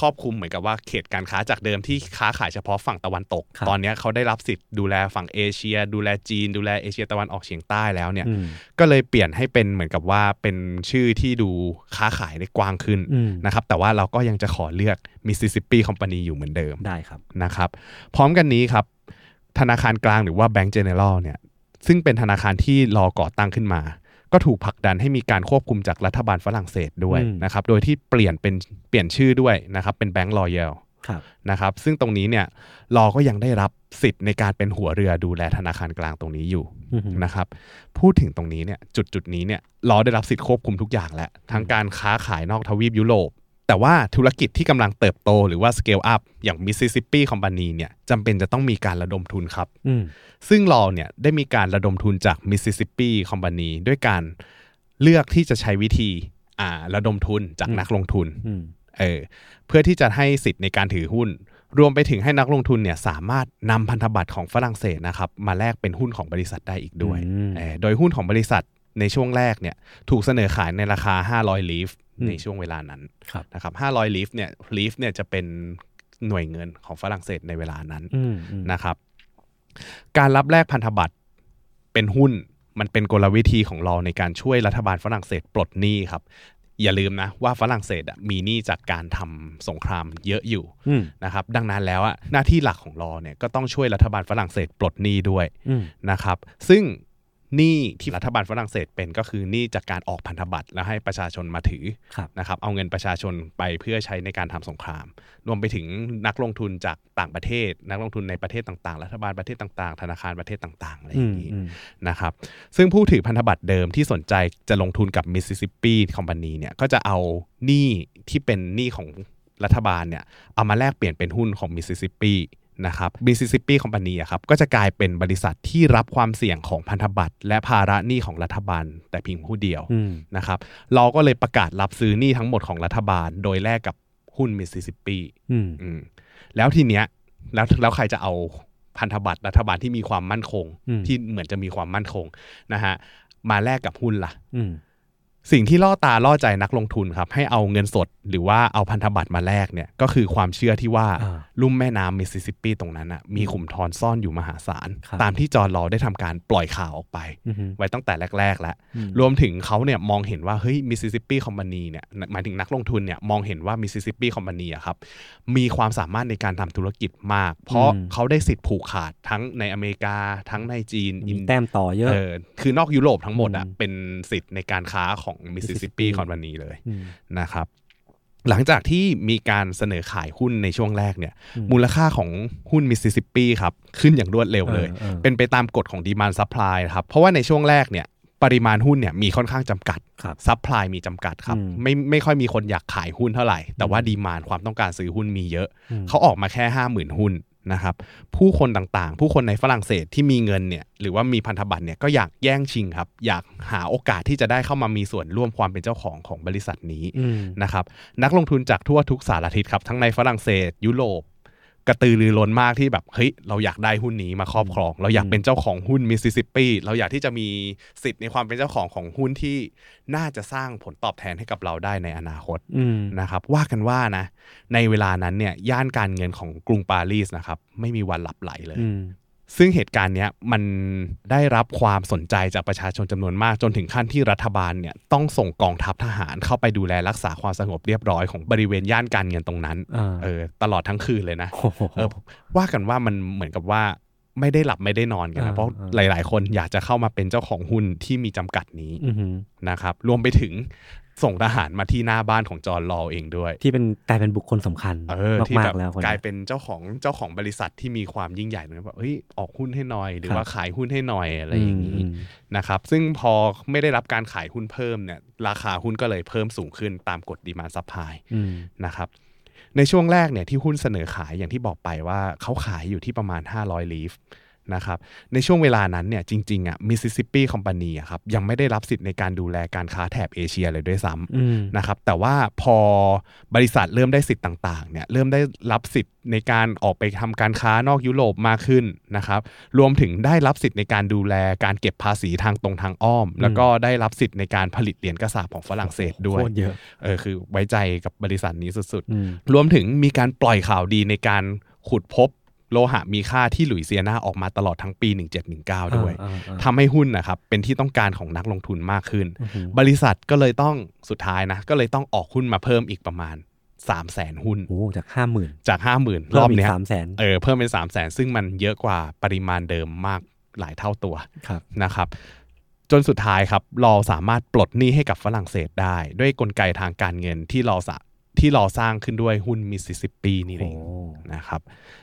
S2: ครอบคลุมเหมือนกับว่าเขตการค้าจากเดิมที่ค้าขายเฉพาะฝั่งตะวันตก
S3: ครับ
S2: ตอนเนี้ยเขาได้รับสิทธิ์ดูแลฝั่งเอเชีย ดูแลจีน ดูแลเอเชียตะวันออกเฉียงใต้แล้วเนี่ย
S3: อืม
S2: ก็เลยเปลี่ยนให้เป็นเหมือนกับว่าเป็นชื่อที่ดูค้าขายได้กว้างขึ้น
S3: อืม
S2: นะครับแต่ว่าเราก็ยังจะขอเลือก Mississippi Company อยู่เหมือนเดิม
S3: ได้ครับ
S2: นะครับพร้อมกันนี้ครับธนาคารกลางหรือว่าแบงก์เจเนอเรลเนี่ยซึ่งเป็นธนาคารที่รอก่อตั้งขึ้นมา ก็ถูกผลักดันให้มีการควบคุมจากรัฐบาลฝรั่งเศสด้วย
S3: อืม
S2: นะครับโดยที่เปลี่ยนเป็นเปลี่ยนชื่อด้วยนะครับเป็นแบงก์รอยัล
S3: ครับ
S2: นะครับซึ่งตรงนี้เนี่ยรอก็ยังได้รับสิทธิ์ในการเป็นหัวเรือดูแลธนาคารกลางตรงนี้อยู่
S3: อือหือ
S2: นะครับพูดถึงตรงนี้เนี่ยจุดจุดนี้เนี่ยรอได้รับสิทธิ์ควบคุมทุกอย่างแล้วทั้งการค้าขายนอกทวีปยุโรป แต่ว่าธุรกิจที่กำลังเติบโตหรือว่า scale up อย่าง Mississippi Company เนี่ยจำเป็นจะต้องมีการระดมทุนครับ
S3: อืม
S2: ซึ่งรอเนี่ยได้มีการระดมทุนจาก Mississippi Company ด้วยการเลือกที่จะใช้วิธีอ่าระดมทุนจาก
S3: อืม
S2: นักลงทุน
S3: อืม
S2: เออเพื่อที่จะให้สิทธิ์ในการถือหุ้น รวมไปถึงให้นักลงทุนเนี่ยสามารถนำพันธบัตรของฝรั่งเศสนะครับมาแลกเป็นหุ้นของบริษัทได้อีกด้วย
S3: อืม
S2: เออโดยหุ้นของบริษัทในช่วงแรกเนี่ยถูกเสนอขายในราคา 500 ลีฟ
S3: อืม
S2: ในช่วงเวลานั้น
S3: ครับ
S2: นะครับ500 ลีฟเนี่ยลีฟเนี่ยจะเป็นหน่วยเงินของฝรั่งเศสในเวลานั้น
S3: อืมอืม
S2: นะครับการรับแลกพันธบัตรเป็นหุ้นมันเป็นกลวิธีของเราในการช่วยรัฐบาลฝรั่งเศสปลดหนี้ครับ อย่าลืมนะว่าฝรั่งเศสอะมีหนี้จากการทำสงครามเยอะอยู่
S3: อืม
S2: นะครับดังนั้นแล้วอะหน้าที่หลักของเราเนี่ยก็ต้องช่วยรัฐบาลฝรั่งเศสปลดหนี้ด้วย
S3: อืม
S2: นะครับซึ่งหนี้ที่รัฐบาลฝรั่งเศสเป็นก็คือหนี้จากการออกพันธบัตรแล้วให้ประชาชนมาถือ
S3: ครับ
S2: นะครับเอาเงินประชาชนไปเพื่อใช้ในการทำสงคราม รวมไปถึงนักลงทุนจากต่างประเทศ นักลงทุนในประเทศต่างๆ รัฐบาลประเทศต่างๆ ธนาคารประเทศต่างๆอะไรอ
S3: อื
S2: ย่าม งนี้
S3: อืม
S2: นะครับซึ่งผู้ถือพันธบัตรเดิมที่สนใจจะลงทุนกับ Mississippi Company เนี่ยก็จะเอาหนี้ที่เป็นหนี้ของรัฐบาลเนี่ยเอามาแลกเปลี่ยนเป็นหุ้นของ Mississippi นะครับ Mississippi Company อะครับก็จะกลายเป็นบริษัทที่รับความเสี่ยงของพันธบัตร และภาระหนี้ของรัฐบาล แต่เพียงผู้เดียว
S3: อืม
S2: นะครับเราก็เลยประกาศรับซื้อหนี้ทั้งหมดของรัฐบาล โดยแลกกับหุ้นมิสซิสซิปปี
S3: อืม
S2: อืมแล้วทีเนี้ยแล้วแล้วใครจะเอาพันธบัตรรัฐบาลที่มีความมั่นคง
S3: อืม
S2: ที่เหมือนจะมีความมั่นคงนะฮะมาแลกกับหุ้นล่ะ
S3: อืม
S2: สิ่งที่ล่อตาล่อใจนักลงทุนครับ ให้เอาเงินสดหรือว่าเอาพันธบัตรมาแลกเนี่ยก็คือความเชื่อที่ว่า
S3: อ่า
S2: ลุ่มแม่น้ำมิสซิสซิปปีตรงนั้นอ่ะมีขุมทรซ่อนอยู่มหาศาล
S3: ครับ
S2: ตามที่จอร์ลอได้ทำการปล่อยข่าวออกไป
S3: อืม
S2: ไว้ตั้งแต่แรก ๆ แล้ว
S3: อืม
S2: รวมถึงเขาเนี่ยมองเห็นว่า เฮ้ยมิสซิสซิปปีคอมพานีเนี่ยหมายถึงนักลงทุนเนี่ยมองเห็นว่ามิสซิสซิปปีคอมพานีอะครับมีความสามารถในการทำธุรกิจมาก เพราะเขาได้สิทธิ์ผูกขาดทั้งในอเมริกา ทั้งในจีน
S3: มี
S2: อิน
S3: แต้มต่อเยอะ
S2: เออคือนอกยุโรปทั้งหมดอ่ะ
S3: อืม
S2: เป็นสิทธิ์ในการค้าของมิสซิสซิปปี
S3: Mississippi
S2: คอมพานีเลย
S3: ม
S2: นะครับหลังจากที่มีการเสนอขายหุ้นในช่วงแรกเนี่ย
S3: อืม
S2: มูลค่าของหุ้นมิสซิสซิปปีครับขึ้นอย่างรวดเร็วเลย
S3: เออเออ
S2: เป็นไปตามกฎของดีมานซั p พลายครับ เพราะว่าในช่วงแรกเนี่ยปริมาณหุ้นเนี่ยมีค่อนข้างจำกัด
S3: ครับ
S2: ซัพพลายมีจำกัดครับ
S3: อืม
S2: ไม่ไม่ค่อยมีคนอยากขายหุ้นเท่าไหร่ แต่ว่าดีมานความต้องการซื้อหุ้นมีเยอะ
S3: อืม
S2: เขาออกมาแค่ 50,000 หุ้นนะครับผู้คนต่างๆ ผู้คนในฝรั่งเศสที่มีเงินเนี่ยหรือว่ามีพันธบัตรเนี่ยก็อยากแย่งชิงครับอยากหาโอกาสที่จะได้เข้ามามีส่วนร่วมความเป็นเจ้าของของบริษัทนี้
S3: อืม
S2: นะครับนักลงทุนจากทั่วทุกสารทิศครับ ทั้งในฝรั่งเศส ยุโรป กระตือรือร้นมากที่แบบเฮ้ยเราอยากได้หุ้นนี้มาครอบครอง เราอยากเป็นเจ้าของหุ้นมิสซิสซิปปีเราอยากที่จะมีสิทธิ์ในความเป็นเจ้าของของหุ้นที่น่าจะสร้างผลตอบแทนให้กับเราได้ในอนาคต
S3: อืม
S2: นะครับว่ากันว่านะในเวลานั้นเนี่ยย่านการเงินของกรุงปารีสนะครับไม่มีวันหลับไหลเลย
S3: อืม
S2: ซึ่งเหตุการณ์เนี้ยมันได้รับความสนใจจากประชาชนจำนวนมาก จนถึงขั้นที่รัฐบาลเนี่ยต้องส่งกองทัพทหารเข้าไปดูแลรักษาความสงบเรียบร้อยของบริเวณย่านการเงินตรงนั้น
S3: อ่า
S2: เออตลอดทั้งคืนเลยนะ
S3: โอ้โห
S2: เออว่ากันว่ามันเหมือนกับว่าไม่ได้หลับไม่ได้นอนกัน
S3: อ่า
S2: นะเพราะ
S3: อ่า
S2: หลาย ๆ คนอยากจะเข้ามาเป็นเจ้าของหุ้นที่มีจำกัดนี้
S3: อือหือ
S2: นะครับรวมไปถึงส่งทหารมาที่หน้าบ้านของจอร์นลอว์เองด้วย
S3: ที่เป็นกลายเป็นบุคคลสำคัญ
S2: เออ
S3: มาก
S2: ที่
S3: มา
S2: แบ
S3: ก
S2: บ
S3: ๆแล้วคน
S2: กลาย
S3: นี้
S2: เป็นเจ้าของเจ้าของบริษัทที่มีความยิ่งใหญ่เลยแบบเฮ้ยออกหุ้นให้หน่อย หรือ
S3: ครับ
S2: ว่าขายหุ้นให้หน่อยอะไรอย่างนี้
S3: ม
S2: นะครับ ซึ่งพอไม่ได้รับการขายหุ้นเพิ่มเนี่ยราคาหุ้นก็เลยเพิ่มสูงขึ้นตามกฎดีมาซับไพ
S3: อืม
S2: นะครับ ในช่วงแรกเนี่ยที่หุ้นเสนอขายอย่างที่บอกไปว่าเขาขายอยู่ที่ประมาณ 500 ลีฟนะครับในช่วงเวลานั้นเนี่ยจริงๆอ่ะมิสซิสซิปปีคอมพานีครับยังไม่ได้รับสิทธิ์ในการดูแลการค้าแถบเอเชียเลยด้วยซ้ำ
S3: อืม
S2: นะครับแต่ว่าพอบริษัทเริ่มได้สิทธิ์ต่างๆเนี่ยเริ่มได้รับสิทธิ์ในการออกไปทำการค้านอกยุโรปมากขึ้นนะครับรวมถึงได้รับสิทธิ์ในการดูแลการเก็บภาษีทางตรงทางอ้อม แล้วก็ได้รับสิทธิ์ในการผลิตเหรียญกระสาบของฝรั่งเศสด้วย
S3: โคตรเยอะ
S2: เออคือไว้ใจกับบริษัทนี้สุด
S3: อืม
S2: ๆ รวมถึงมีการปล่อยข่าวดีในการขุดพบโลหะมีค่าที่หลุยเซียนาออกมาตลอดทั้งปี 1719 ด้วย
S3: อ่าอ่าอ่า
S2: ทำให้หุ้นนะครับเป็นที่ต้องการของนักลงทุนมากขึ้น
S3: อื้อหือบ
S2: ริษัทก็เลยต้องสุดท้ายนะ ก็เลยต้องออกหุ้นมาเพิ่มอีกประมาณ 3 0 0แสนหุ้น
S3: โอ้โหจากห้าหมื่น
S2: จาก 5 0,000 รอบเนี้ย
S3: สามแสน
S2: เออเพิ่มเป็น 3 0 0แสนซึ่งมันเยอะกว่าปริมาณเดิมมากหลายเท่าตัว
S3: ครับ
S2: นะครับ จนสุดท้ายครับรอสามารถปลดหนี้ให้กับฝรั่งเศสได้ ด้วยกลไกทางการเงินที่รอสะที่รอสร้างขึ้นด้วยหุ้นมิสซิสซิปปีนี่เอง
S3: โอ้
S2: นะครับ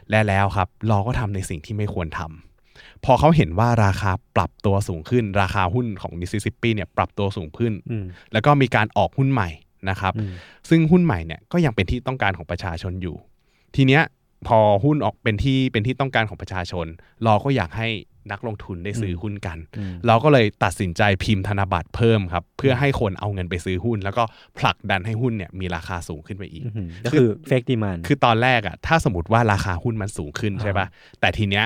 S2: และแล้วครับเราก็ทำในสิ่งที่ไม่ควรทำพอเขาเห็นว่าราคาปรับตัวสูงขึ้น ราคาหุ้นของมิสซิสซิปปีเนี่ยปรับตัวสูงขึ้น
S3: อืม
S2: แล้วก็มีการออกหุ้นใหม่นะครับ
S3: อืม
S2: ซึ่งหุ้นใหม่เนี่ยก็ยังเป็นที่ต้องการของประชาชนอยู่ ทีเนี้ยพอหุ้นออกเป็นที่เป็นที่ต้องการของประชาชน เราก็อยากให้นักลงทุนได้ซื้อหุ้นกัน
S3: อืม
S2: เราก็เลยตัดสินใจพิมพ์ธนบัตรเพิ่มครับเพื่อให้คนเอาเงินไปซื้อหุ้น แล้วก็ผลักดันให้หุ้นเนี่ยมีราคาสูงขึ้นไปอีก
S3: อื้อหือก็คือเฟกดีมัน
S2: คือตอนแรกอะถ้าสมมติว่าราคาหุ้นมันสูงขึ้นใช่ปะแต่ทีเนี้ย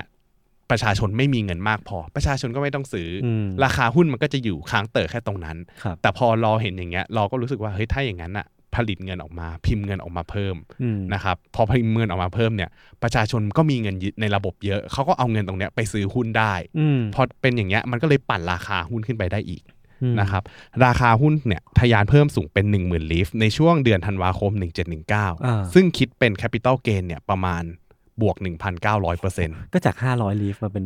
S2: ประชาชนไม่มีเงินมากพอ ประชาชนก็ไม่ต้องซื้ออ
S3: ม
S2: ราคาหุ้นมันก็จะอยู่ค้างเต่อแค่ตรงนั้น
S3: ครับ
S2: แต่พอเราเห็นอย่างเงี้ยเราก็รู้สึกว่าเฮ้ยถ้าอย่างนั้นอะผลิตเงินออกมาพิมพ์เงินออกมาเพิ่ม
S3: อืม
S2: นะครับพอพิมพ์เงินออกมาเพิ่มเนี่ยประชาชนก็มีเงินในระบบเยอะเขาก็เอาเงินตรงเนี้ยไปซื้อหุ้นได้
S3: อืม
S2: พอเป็นอย่างเงี้ยมันก็เลยปั่นราคาหุ้นขึ้นไปได้อีก
S3: อืม
S2: นะครับราคาหุ้นเนี่ยทะยานเพิ่มสูงเป็น 10,000ลีฟในช่วงเดือนธันวาคม
S3: า
S2: 1719 ซึ่งคิดเป็นแคปิตอลเกนเนี่ยประมาณบวก 1,900%เปอร์เซ็นต์
S3: ก็จากห้าร้อยลีฟมาเป็น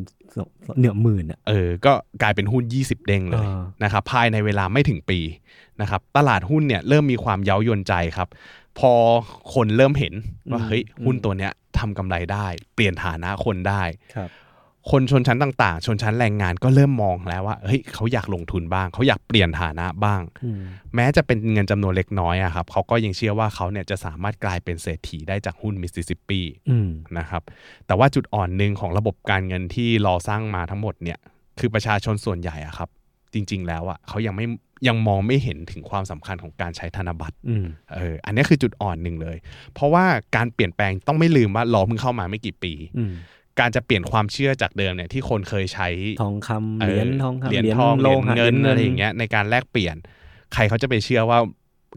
S3: เหนือหมื่นอ่ะ
S2: เออก็กลายเป็นหุ้น 20 เด้งเลย
S3: อ่า
S2: นะครับภายในเวลาไม่ถึงปีนะครับตลาดหุ้นเนี่ยเริ่มมีความเย้ายวนใจครับ พอคนเริ่มเห็นว่าเฮ้ยหุ้นตัวเนี้ยทำกำไรได้ เปลี่ยนฐานะคนได้
S3: ครับ
S2: คนชนชั้นต่างๆ ชนชั้นแรงงานก็เริ่มมองแล้วว่าเฮ้ยเขาอยากลงทุนบ้าง เขาอยากเปลี่ยนฐานะบ้าง
S3: อืม
S2: แม้จะเป็นเงินจำนวนเล็กน้อยอะครับเขาก็ยังเชื่อว่าเขาเนี่ยจะสามารถกลายเป็นเศรษฐีได้จากหุ้นมิสซิสซิปปี
S3: อืม
S2: นะครับแต่ว่าจุดอ่อนหนึ่งของระบบการเงินที่รอสร้างมาทั้งหมดเนี่ยคือประชาชนส่วนใหญ่อะครับ จริง ๆ แล้วอะเขายังไม่ยังมองไม่เห็นถึงความสำคัญของการใช้ธนบัตร
S3: อืม
S2: เอออันนี้คือจุดอ่อนหนึ่งเลย เพราะว่าการเปลี่ยนแปลงต้องไม่ลืมว่ารอเพิ่งเข้ามาไม่กี่ปี
S3: อืม
S2: การจะเปลี่ยนความเชื่อจากเดิมเนี่ยที่คนเคยใช้
S3: ทองคำเหรียญทองคำ
S2: เหรียญทองเหรียญ
S3: หะ
S2: เงิน
S3: ห
S2: อะไรอย่างเงี้ยในการแลกเปลี่ยน ใครเขาจะไปเชื่อว่า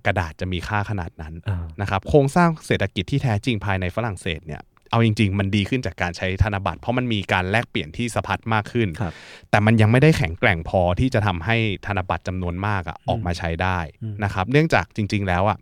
S2: กระดาษจะมีค่าขนาดนั้น
S3: อ่า
S2: นะครับโครงสร้างเศรษฐกิจที่แท้จริงภายในฝรั่งเศสเนี่ยเอาจริง ๆ มันดีขึ้นจากการใช้ธนบัตร เพราะมันมีการแลกเปลี่ยนที่สะพัดมากขึ้น
S3: ครับ
S2: แต่มันยังไม่ได้แข็งแกร่งพอที่จะทำให้ธนบัตรจำนวนมากอะออกมาใช้ได้นะครับ เนื่องจากจริง ๆ แล้วอะ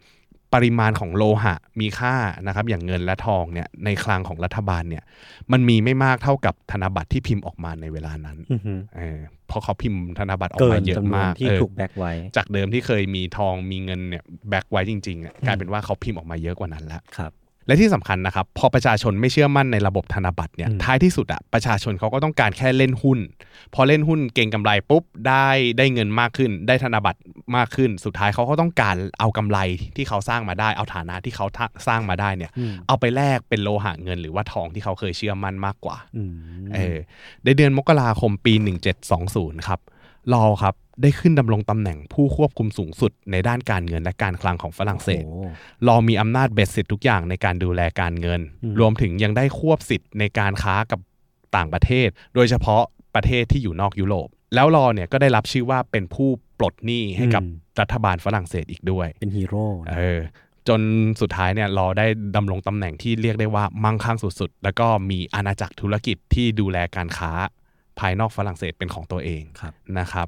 S2: ปริมาณของโลหะมีค่านะครับ อย่างเงินและทองเนี่ยในคลังของรัฐบาลเนี่ยมันมีไม่มากเท่ากับธนบัตรที่พิมพ์ออกมาในเวลานั้น
S3: อือหือ
S2: เออเพราะเขาพิมพ์ธนบัตรออก
S3: เกิ
S2: มาน เยอะ
S3: จำนวน
S2: มาก
S3: ที่
S2: เออ
S3: ถูกแบกไว้
S2: จากเดิมที่เคยมีทองมีเงินเนี่ยแบ็กไว้จริงๆอะกลายเป็นว่าเขาพิมพ์ออกมาเยอะกว่านั้นละ
S3: ครับ
S2: และที่สำคัญนะครับ พอประชาชนไม่เชื่อมั่นในระบบธนบัตรเนี่ย
S3: อืม
S2: ท้ายที่สุดอะประชาชนเขาก็ต้องการแค่เล่นหุ้น พอเล่นหุ้นเก่งกำไรปุ๊บได้ได้เงินมากขึ้น ได้ธนบัตรมากขึ้น สุดท้ายเขาก็ต้องการเอากำไรที่เขาสร้างมาได้ เอาฐานะที่เขาสร้างมาได้เนี่ย
S3: อืม
S2: เอาไปแลกเป็นโลหะเงิน หรือว่าทองที่เขาเคยเชื่อมั่นมากกว่า
S3: อืม
S2: เออในเดือนมกราคมปี 1720 ครับ ลอครับได้ขึ้นดำรงตำแหน่งผู้ควบคุมสูงสุดในด้านการเงินและการคลังของฝรั่งเศส
S3: โอ้โห
S2: ลอมีอำนาจเบ็ดเสร็จทุกอย่างในการดูแลการเงิน
S3: อืม
S2: รวมถึงยังได้ควบสิทธิ์ในการค้ากับต่างประเทศ โดยเฉพาะประเทศที่อยู่นอกยุโรป แล้วลอเนี่ยก็ได้รับชื่อว่าเป็นผู้ปลดหนี้ให้กับรัฐบาลฝรั่งเศสอีกด้วย
S3: เป็นฮีโร่นะ
S2: เออจนสุดท้ายเนี่ยลอได้ดำรงตำแหน่งที่เรียกได้ว่ามั่งคั่งสุดๆ แล้วก็มีอาณาจักรธุรกิจที่ดูแลการค้าภายนอกฝรั่งเศสเป็นของตัวเอง
S3: ครับ
S2: นะครับ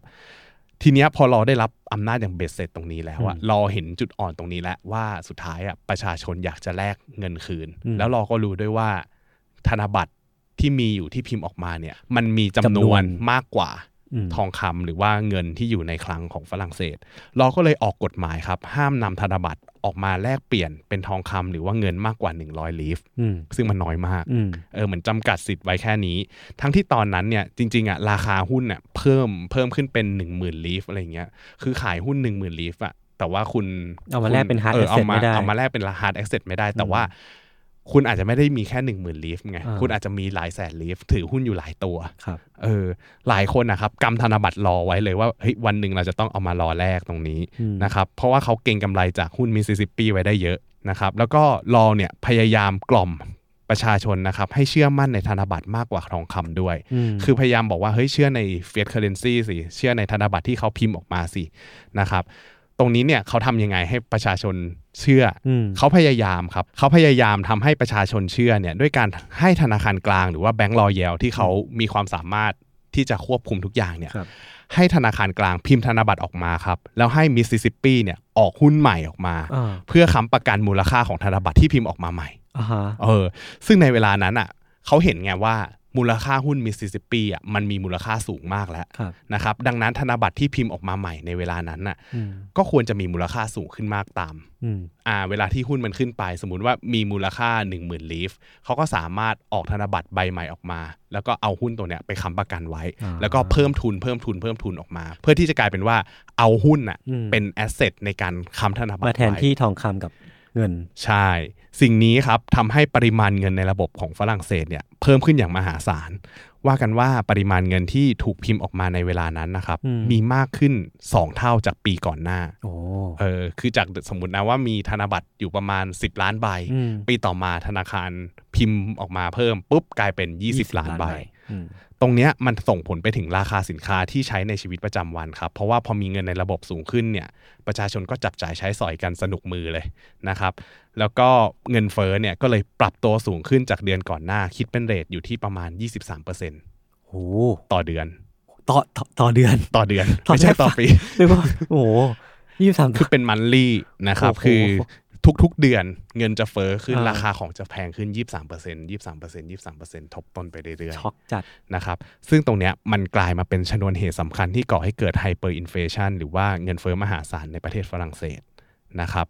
S2: ทีเนี้ยพอเราได้รับอำนาจอย่างเบ็ดเสร็จตรงนี้แล้วอะ
S3: อืม
S2: เราเห็นจุดอ่อนตรงนี้แล้วว่าสุดท้ายอะประชาชนอยากจะแลกเงินคืน
S3: อืม
S2: แล้วเราก็รู้ด้วยว่า ธนบัตรที่มีอยู่ที่พิมพ์ออกมาเนี่ยมันมีจำน
S3: จำน
S2: ว
S3: วน น
S2: มากกว่า
S3: ม
S2: ทองคำหรือว่าเงินที่อยู่ในคลังของฝรั่งเศส เราก็เลยออกกฎหมายครับ ห้ามนำธนบัตรออกมาแลกเปลี่ยนเป็นทองคำหรือว่าเงินมากกว่า 100ลีฟ
S3: อืม
S2: ซึ่งมันน้อยมาก
S3: อืม
S2: เออเหมือนจำกัดสิทธิ์ไว้แค่นี้ ทั้งที่ตอนนั้นเนี่ยจริงๆอ่ะราคาหุ้นอ่ะเพิ่มเพิ่มขึ้นเป็น 1 0,000ลีฟอะไรเงี้ยคือขายหุ้น 1 0,000ลีฟอ่ะแต่ว่าคุณ
S3: เอามาแลกเป็น hard
S2: ออ
S3: asset
S2: อาา
S3: ไม่ได้
S2: เอามาแลกเป็นฮาร์ดแอสเซทไม่ได้ แต่
S3: อืม
S2: ว่าคุณอาจจะไม่ได้มีแค่ 1 0,000ลีฟไง
S3: อ่า
S2: คุณอาจจะมีหลายแสนลีฟถือหุ้นอยู่หลายตัว
S3: ครับ
S2: เออหลายคนนะครับกำธนบัตรรอไว้เลยว่าเฮ้ยวันหนึ่งเราจะต้องเอามารอแลกตรงนี้
S3: อืม
S2: นะครับเพราะว่าเขาเก่งกำไรจากหุ้นมิสซิสซิปปีไว้ได้เยอะนะครับแล้วก็รอเนี่ยพยายามกล่อมประชาชนนะครับให้เชื่อมั่นในธนบัตรมากกว่าทองคำด้วย
S3: อืม
S2: คือพยายามบอกว่าเฮ้ยเชื่อในเฟีย c เคอเรนซีสิเชื่อในธนบัตรที่เขาพิมพ์ออกมาสินะครับตรงนี้เนี่ยเขาทำยังไงให้ประชาชนเชื่ออ
S3: ม
S2: เขาพยายามครับเขาพยายามทำให้ประชาชนเชื่อเนี่ยด้วยการให้ธนาคารกลางหรือว่าแบงก์รอยัลที่เขามีความสามารถที่จะควบคุมทุกอย่างเนี่ย
S3: ครับ
S2: ให้ธนาคารกลางพิมพ์ธนบัตรออกมาครับแล้วให้มิสซิสซิปปีเนี่ยออกหุ้นใหม่ออกมา
S3: อ่า
S2: เพื่อค้ำประกันมูลค่าของธนบัตรที่พิมพ์ออกมาใหม่
S3: อ่าฮะ
S2: เออซึ่งในเวลานั้นอ่ะเขาเห็นไงว่ามูลค่าหุ้นมิสซิสซิปปีอ่ะมันมีมูลค่าสูงมากแล้ว
S3: ครับ
S2: นะครับดังนั้นธนบัตรที่พิมพ์ออกมาใหม่ในเวลานั้นน่ะ
S3: อืม
S2: ก็ควรจะมีมูลค่าสูงขึ้นมากตาม
S3: อืม
S2: อ่าเวลาที่หุ้นมันขึ้นไป สมมุติว่ามีมูลค่า 10,000ลีฟเขาก็สามารถออกธนบัตรใบใหม่ออกมา แล้วก็เอาหุ้นตัวเนี้ยไปค้ำประกันไว้
S3: อ่า
S2: แล้วก็เพิ่มทุนเพิ่มทุนเพิ่มทุนออกมา เพื่อที่จะกลายเป็นว่าเอาหุ้นน่ะ
S3: อืม
S2: เป็นแอสเซทในการค้ำธนบัตร
S3: มาแทน
S2: ไว้
S3: ที่ทองคำกับเงิน
S2: ใช่ สิ่งนี้ครับทำให้ปริมาณเงินในระบบของฝรั่งเศสเนี่ยเพิ่มขึ้นอย่างมหาศาล ว่ากันว่าปริมาณเงินที่ถูกพิมพ์ออกมาในเวลานั้นนะครับ
S3: อืม
S2: มีมากขึ้น 2 เท่าจากปีก่อนหน้า
S3: โอ้
S2: เออคือจากสมมตินะว่ามีธนบัตรอยู่ประมาณ 10 ล้านใบ
S3: อืม
S2: ปีต่อมาธนาคารพิมพ์ออกมาเพิ่มปุ๊บกลายเป็น 20 ล้านใบ
S3: อืม
S2: ตรงเนี้ยมันส่งผลไปถึงราคาสินค้าที่ใช้ในชีวิตประจำวันครับ เพราะว่าพอมีเงินในระบบสูงขึ้นเนี่ย ประชาชนก็จับจ่ายใช้สอยกันสนุกมือเลยนะครับ แล้วก็เงินเฟ้อเนี่ยก็เลยปรับตัวสูงขึ้นจากเดือนก่อนหน้า คิดเป็นเรทอยู่ที่ประมาณ 23%
S3: โอ้
S2: ต่อเดือน
S3: ต่อต่อต่อเดือน
S2: ต่อเดือน
S3: ต่อ
S2: ไม่ใช่
S3: เดือน
S2: ต่อปี
S3: หรือว่าโอ้โหยี่สิบสาม
S2: คือเป็นมันลี่นะครับ
S3: โอ้โห
S2: คือทุกๆเดือนเงินจะเฟ้อขึ้น
S3: อ่า
S2: ราคาของจะแพงขึ้น 23% 23% 23%ทบต้นไปเรื่อยๆ
S3: ช็อกจัด
S2: นะครับซึ่งตรงเนี้ยมันกลายมาเป็นชนวนเหตุสำคัญที่ก่อให้เกิดไฮเปอร์อินเฟชันหรือว่าเงินเฟ้อมหาศาลในประเทศฝรั่งเศสนะครับ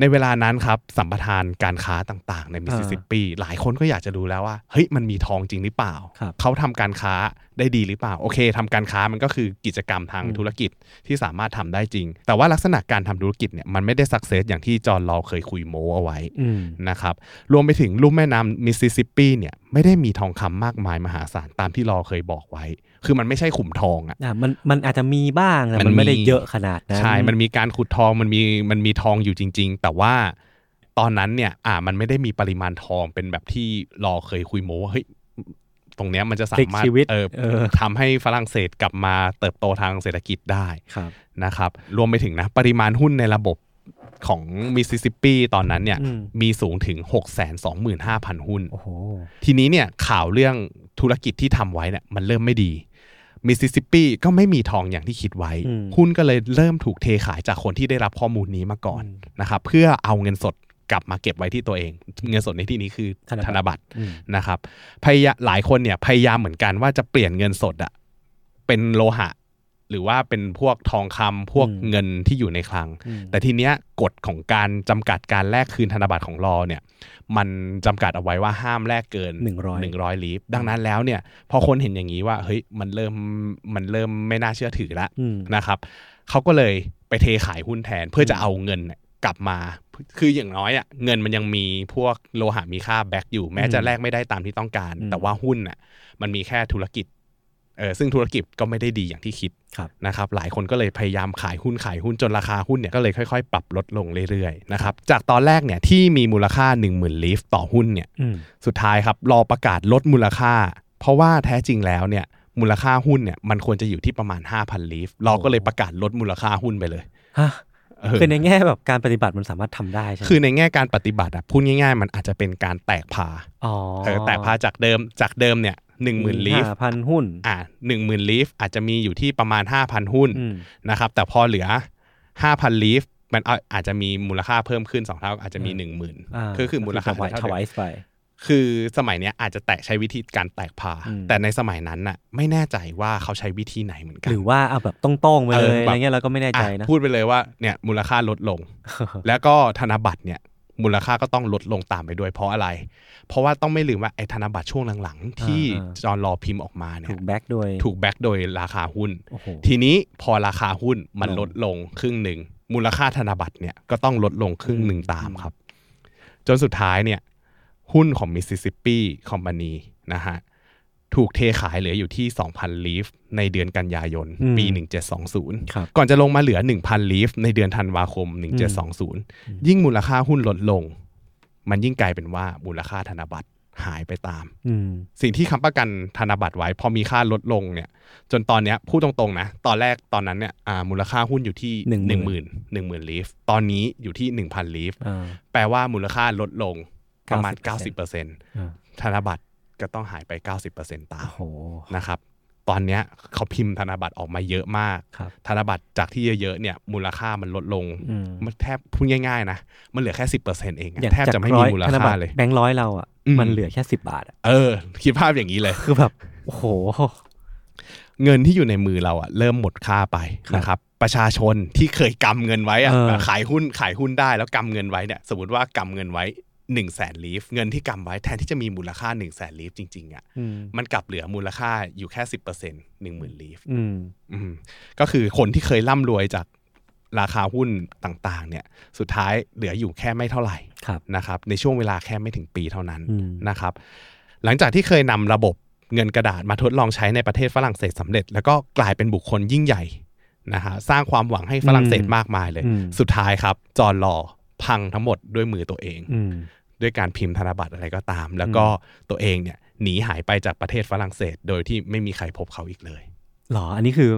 S2: ในเวลานั้นครับสัมปทานการค้าต่างๆ ในมิสซิสซิปปี หลายคนก็อยากจะรู้แล้วว่าเฮ้ยมันมีทองจริงหรือเปล่า
S3: ครับ
S2: เขาทำการค้าได้ดีหรือเปล่า โอเคทำการค้ามันก็คือกิจกรรมทาง
S3: อืม
S2: ธุรกิจที่สามารถทำได้จริง แต่ว่าลักษณะการทำธุรกิจเนี่ยมันไม่ได้สักเซสอย่างที่จอห์นลอว์เคยคุยโมเอาไว้
S3: อืม
S2: นะครับรวมไปถึงลุ่มแม่น้ำมิสซิสซิปปีเนี่ยไม่ได้มีทองคำมากมายมหาศาลตามที่รอเคยบอกไว้ คือมันไม่ใช่ขุมทองอะ
S3: อ่ะมันมันอาจจะมีบ้างแต่
S2: มั
S3: มัน น
S2: มี
S3: ไม่ได้เยอะขนาดนั้น
S2: ใช่ มันมีการขุดทองมันมีมันมีทองอยู่จริง ๆ แต่ว่าตอนนั้นเนี่ยอ่ามันไม่ได้มีปริมาณทองเป็นแบบที่รอเคยคุยโมว่าเฮ้ยตรงเนี้ยมันจะสา
S3: พลิก
S2: มารถ
S3: ชีวิต
S2: เออ
S3: เออ
S2: ทำให้ฝรั่งเศสกลับมาเติบโตทางเศรษฐกิจได้
S3: ครับ
S2: นะครับรวมไปถึงนะปริมาณหุ้นในระบบของมิสซิสซิปปีตอนนั้นเนี่ย
S3: อืม
S2: มีสูงถึง 625,000 หุ้น
S3: โอ้โห
S2: ทีนี้เนี่ยข่าวเรื่องธุรกิจที่ทำไว้เนี่ยมันเริ่มไม่ดีมิสซิสซิปปีก็ไม่มีทองอย่างที่คิดไว้
S3: อืม
S2: หุ้นก็เลยเริ่มถูกเทขายจากคนที่ได้รับข้อมูลนี้มาก่อนนะครับเพื่อเอาเงินสดกลับมาเก็บไว้ที่ตัวเอง เงินสดในที่นี้คือ
S3: ธนบัตร
S2: ธนบัตร
S3: อืม
S2: นะครับพยายหลายคนเนี่ยพยายามเหมือนกันว่าจะเปลี่ยนเงินสดอะเป็นโลหะ หรือว่าเป็นพวกทองคำพวก
S3: อืม
S2: เงินที่อยู่ในคลัง
S3: อืม
S2: แต่ทีเนี้ยกฎของการจำกัดการแลกคืนธนบัตรของรอเนี่ยมันจำกัดเอาไว้ว่าห้ามแลกเกิน
S3: หนึ่งร้อย
S2: 100ลีฟดังนั้นแล้วเนี่ยพอคนเห็นอย่างนี้ว่าเฮ้ยมันเริ่มมันเริ่มไม่น่าเชื่อถือละ
S3: อืม
S2: นะครับเขาก็เลยไปเทขายหุ้นแทนเพื่อจะเอาเงินเนี่ยกลับมา คืออย่างน้อยอ่ะเงินมันยังมีพวกโลหะมีค่าแบ็กอยู่แม้จะ
S3: อืม
S2: แลกไม่ได้ตามที่ต้องการ
S3: อืม
S2: แต่ว่าหุ้นอ่ะมันมีแค่ธุรกิจ เออซึ่งธุรกิจก็ไม่ได้ดีอย่างที่คิด
S3: ครับ
S2: นะครับหลายคนก็เลยพยายามขายหุ้นขายหุ้นจนราคาหุ้นเนี่ยก็เลยค่อยๆ ปรับลดลงเรื่อยๆนะครับจากตอนแรกเนี่ยที่มีมูลค่า 1 0,000ลีฟต่อหุ้นเนี่ย
S3: อืม
S2: สุดท้ายครับรอประกาศลดมูลค่า เพราะว่าแท้จริงแล้วเนี่ยมูลค่าหุ้นเนี่ยมันควรจะอยู่ที่ประมาณ 5,000ลีฟเราก็เลยประกาศลดมูลค่าหุ้นไปเลย
S3: ฮะ
S2: เออ
S3: คือในแง่แบบการปฏิบัติมันสามารถทำได้ใช่ไหม
S2: คือในแง่การปฏิบัติอะพูดง่ายๆ มันอาจจะเป็นการแตกพา
S3: อ๋อ
S2: เออแตกพาจากเดิมจากเดิมเนี่ยหนึ่งหมื่นลีฟ
S3: พันหุ้น
S2: อ่าหนึ่งหมื่นลีฟอาจจะมีอยู่ที่ประมาณ 5,000 หุ้น
S3: อืม
S2: นะครับแต่พอเหลือ 5,000 ลีฟมันเอาอาจจะมีมูลค่าเพิ่มขึ้น 2 เท่าอาจจะมี 1
S3: า
S2: 0,000คือคือมูลค่า
S3: ถวาย
S2: เท่า
S3: ถวาย
S2: เดิม
S3: ไป
S2: คือสมัยเนี้ยอาจจะแตะใช้วิธีการแตกพา
S3: อืม
S2: แต่ในสมัยนั้นน่ะไม่แน่ใจว่าเขาใช้วิธีไหนเหมือนกั
S3: ห
S2: น
S3: รือว่าเอาแบบต้องต้องๆไปเล
S2: เออย แบบ
S3: อะไรเงี้ยเราก็ไม่แน่ใจนะ
S2: อ่ะพูดไปเลยว่าเนี่ยมูลค่าลดลง แล้วก็ธนบัตรเนี่ยมูลค่าก็ต้องลดลงตามไปด้วยเพราะอะไร เพราะว่าต้องไม่ลืมว่าไอ้ธนบัตรช่วงหลังๆ ที่
S3: อ่าๆ
S2: จอร์นรอพิมพ์ออกมาเนี่
S3: ถู
S2: ย
S3: กแบ็กด้วย
S2: ถูกแบ็กโดยราคาหุ้น
S3: โอ้โห
S2: ทีนี้พอราคาหุ้นมัน
S3: ลง
S2: ลดลงครึ่งหนึ่งมูลค่าธนบัตรเนี่ยก็ต้องลดลงครึ่งหนึ่งตามครับ จนสุดท้ายเนี่ยหุ้นของมิสซิสซิปปีคอมพานีนะฮะถูกเทขายเหลืออยู่ที่ 2,000 ลีฟในเดือนกันยายน ปี 1720
S3: ครับ
S2: ก่อนจะลงมาเหลือ 1,000 ลีฟในเดือนธันวาคม 1720 ยิ่งมูลค่าหุ้นลดลง มันยิ่งกลายเป็นว่ามูลค่าธนบัตรหายไปตาม
S3: อืม
S2: สิ่งที่ค้ำประกันธนบัตรไว้ พอมีค่าลดลงเนี่ยจนตอนเนี้ยพูดตรงๆนะ ตอนแรกตอนนั้นเนี่ยอ่ามูลค่าหุ้นอยู่ที่
S3: หนึ่งหมื่น
S2: 10,000 10,000 ลีฟ ตอนนี้อยู่ที่ 1,000 ลีฟ
S3: อ่า
S2: แปลว่ามูลค่าลดลงประมาณ
S3: 90% อ่า
S2: 90%ธนบัตรก็ต้องหายไป 90%ตา
S3: โอ้
S2: ม
S3: โห
S2: นะครับตอนเนี้ยเขาพิมพ์ธนบัตรออกมาเยอะมาก
S3: ครับ
S2: ธนบัตรจากที่เยอะๆเนี่ยมูลค่ามันลดลง
S3: อืม
S2: มันแทบพูดง่ายๆนะมันเหลือแค่สิบเปอร์เซ็นต์เองอะ
S3: อย่าง
S2: แทบจะไม่มี
S3: ร้อย
S2: มูล
S3: ธนบั
S2: ค่า
S3: ตร
S2: เลย
S3: แบงค์ร้อยเราอ่ะ
S2: อืม
S3: มันเหลือแค่สิบบาทอะ
S2: เออ คิดภาพอย่างนี้เลย
S3: คือแบบโอ้โห
S2: เงินที่อยู่ในมือเราอะเริ่มหมดค่าไปนะครับประชาชนที่เคยกำเงินไว้อะ
S3: เออ
S2: ขายหุ้นขายหุ้นได้แล้วกำเงินไว้เนี่ยสมมติว่ากำเงินไว้1นึ่งแสนลีฟเงินที่กำไว้แทนที่จะมีมูลค่า1นึ่งแสนลีฟจริงๆอะ
S3: อืม
S2: มันกลับเหลือมูลค่าอยู่แค่สิบเปอร์เซ็นต์หนึ่งหมื่นลีฟ
S3: อืม
S2: อืมก็คือคนที่เคยร่ำรวยจากราคาหุ้นต่างๆ เนี่ย สุดท้ายเหลืออยู่แค่ไม่เท่าไหร่
S3: ครับ
S2: นะครับ ในช่วงเวลาแค่ไม่ถึงปีเท่านั้น
S3: อืม
S2: นะครับ หลังจากที่เคยนำระบบเงินกระดาษมาทดลองใช้ในประเทศฝรั่งเศสสำเร็จ แล้วก็กลายเป็นบุคคลยิ่งใหญ่นะฮะสร้างความหวังให้ฝรั่งเศสมากมายเลย
S3: อืม
S2: สุดท้ายครับ จอร์นลอพังทั้งหมดด้วยมือตัวเอง
S3: อืม
S2: ด้วยการพิมพ์ธนบัตรอะไรก็ตาม แล้วก็ตัวเองเนี่ยหนีหายไปจากประเทศฝรั่งเศส โดยที่ไม่มีใครพบเขาอีกเลย
S3: หรอ อันนี้คือ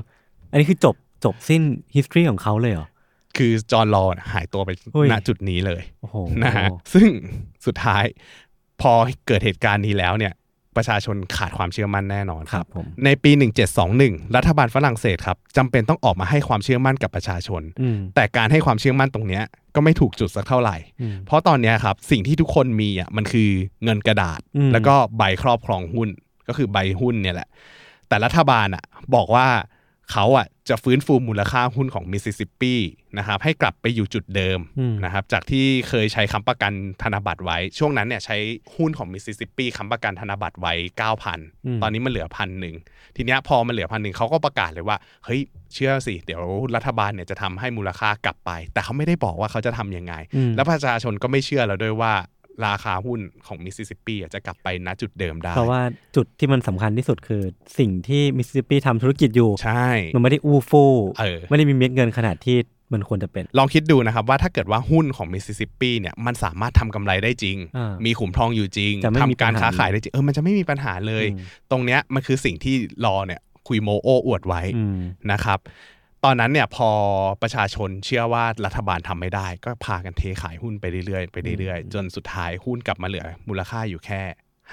S3: อันนี้คือจบจบสิ้น history ของเขาเลยเหรอ
S2: คือจอร์นลอว์น่ะหายตัวไป
S3: เฮ้ย
S2: ณจุดนี้เลย
S3: โอ้โห
S2: นะฮะซึ่งสุดท้ายพอเกิดเหตุการณ์นี้แล้วเนี่ยประชาชนขาดความเชื่อมั่นแน่นอน
S3: ครับผม
S2: ในปี 1721 รัฐบาลฝรั่งเศสครับจำเป็นต้องออกมาให้ความเชื่อมั่นกับประชาชน
S3: อืม
S2: แต่การให้ความเชื่อมั่นตรงเนี้ยก็ไม่ถูกจุดสักเท่าไหร่
S3: อืม
S2: เพราะตอนเนี้ยครับสิ่งที่ทุกคนมีอ่ะมันคือเงินกระดาษ
S3: อืม
S2: แล้วก็ใบครอบครองหุ้นก็คือใบหุ้นเนี่ยแหละ แต่รัฐบาลอ่ะบอกว่าเขาอ่ะจะฟื้นฟูมูลค่าหุ้นของมิสซิสซิปปีนะครับให้กลับไปอยู่จุดเดิม
S3: อืม
S2: นะครับจากที่เคยใช้ค้ำประกันธนบัตรไว้ ช่วงนั้นเนี่ยใช้หุ้นของมิสซิสซิปปีค้ำประกันธนบัตรไว้
S3: อืม
S2: 9,000 ตอนนี้มันเหลือพันหนึ่ง ทีเนี้ยพอมันเหลือพันหนึ่งเขาก็ประกาศเลยว่า เฮ้ย เชื่อสิ เดี๋ยวรัฐบาลเนี่ยจะทำให้มูลค่ากลับไป แต่เขาไม่ได้บอกว่าเขาจะทำยังไง
S3: อืม
S2: แล้วประชาชนก็ไม่เชื่อเราด้วยว่าราคาหุ้นของมิสซิสซิปปีอ่ะจะกลับไปณจุดเดิมได้
S3: เพราะว่าจุดที่มันสำคัญที่สุดคือสิ่งที่มิสซิสซิปปีทำธุรกิจอยู่
S2: ใช่
S3: มันไม่ได้อู้ฟู่
S2: เออ
S3: ไม่ได้มีเม็ดเงินขนาดที่มันควรจะเป็น
S2: ลองคิดดูนะครับว่าถ้าเกิดว่าหุ้นของมิสซิสซิปปีเนี่ยมันสามารถทำกำไรได้จริง
S3: อ่ามี
S2: มีขุมทองอยู่จริง
S3: จะไม่
S2: ทำ
S3: มีปัญ
S2: การ
S3: หา
S2: ค้าขายได้จริงเออมันจะไม่มีปัญหาเลย
S3: อืม
S2: ตรงเนี้ยมันคือสิ่งที่รอเนี่ยคุยโมโออวดไว้
S3: อืม
S2: นะครับตอนนั้นเนี่ยพอประชาชนเชื่อว่ารัฐบาลทำไม่ได้ ก็พากันเทขายหุ้นไปเรื่อยๆไปเรื่อยๆ จนสุดท้ายหุ้นกลับมาเหลือ มูลค่าอยู่แค่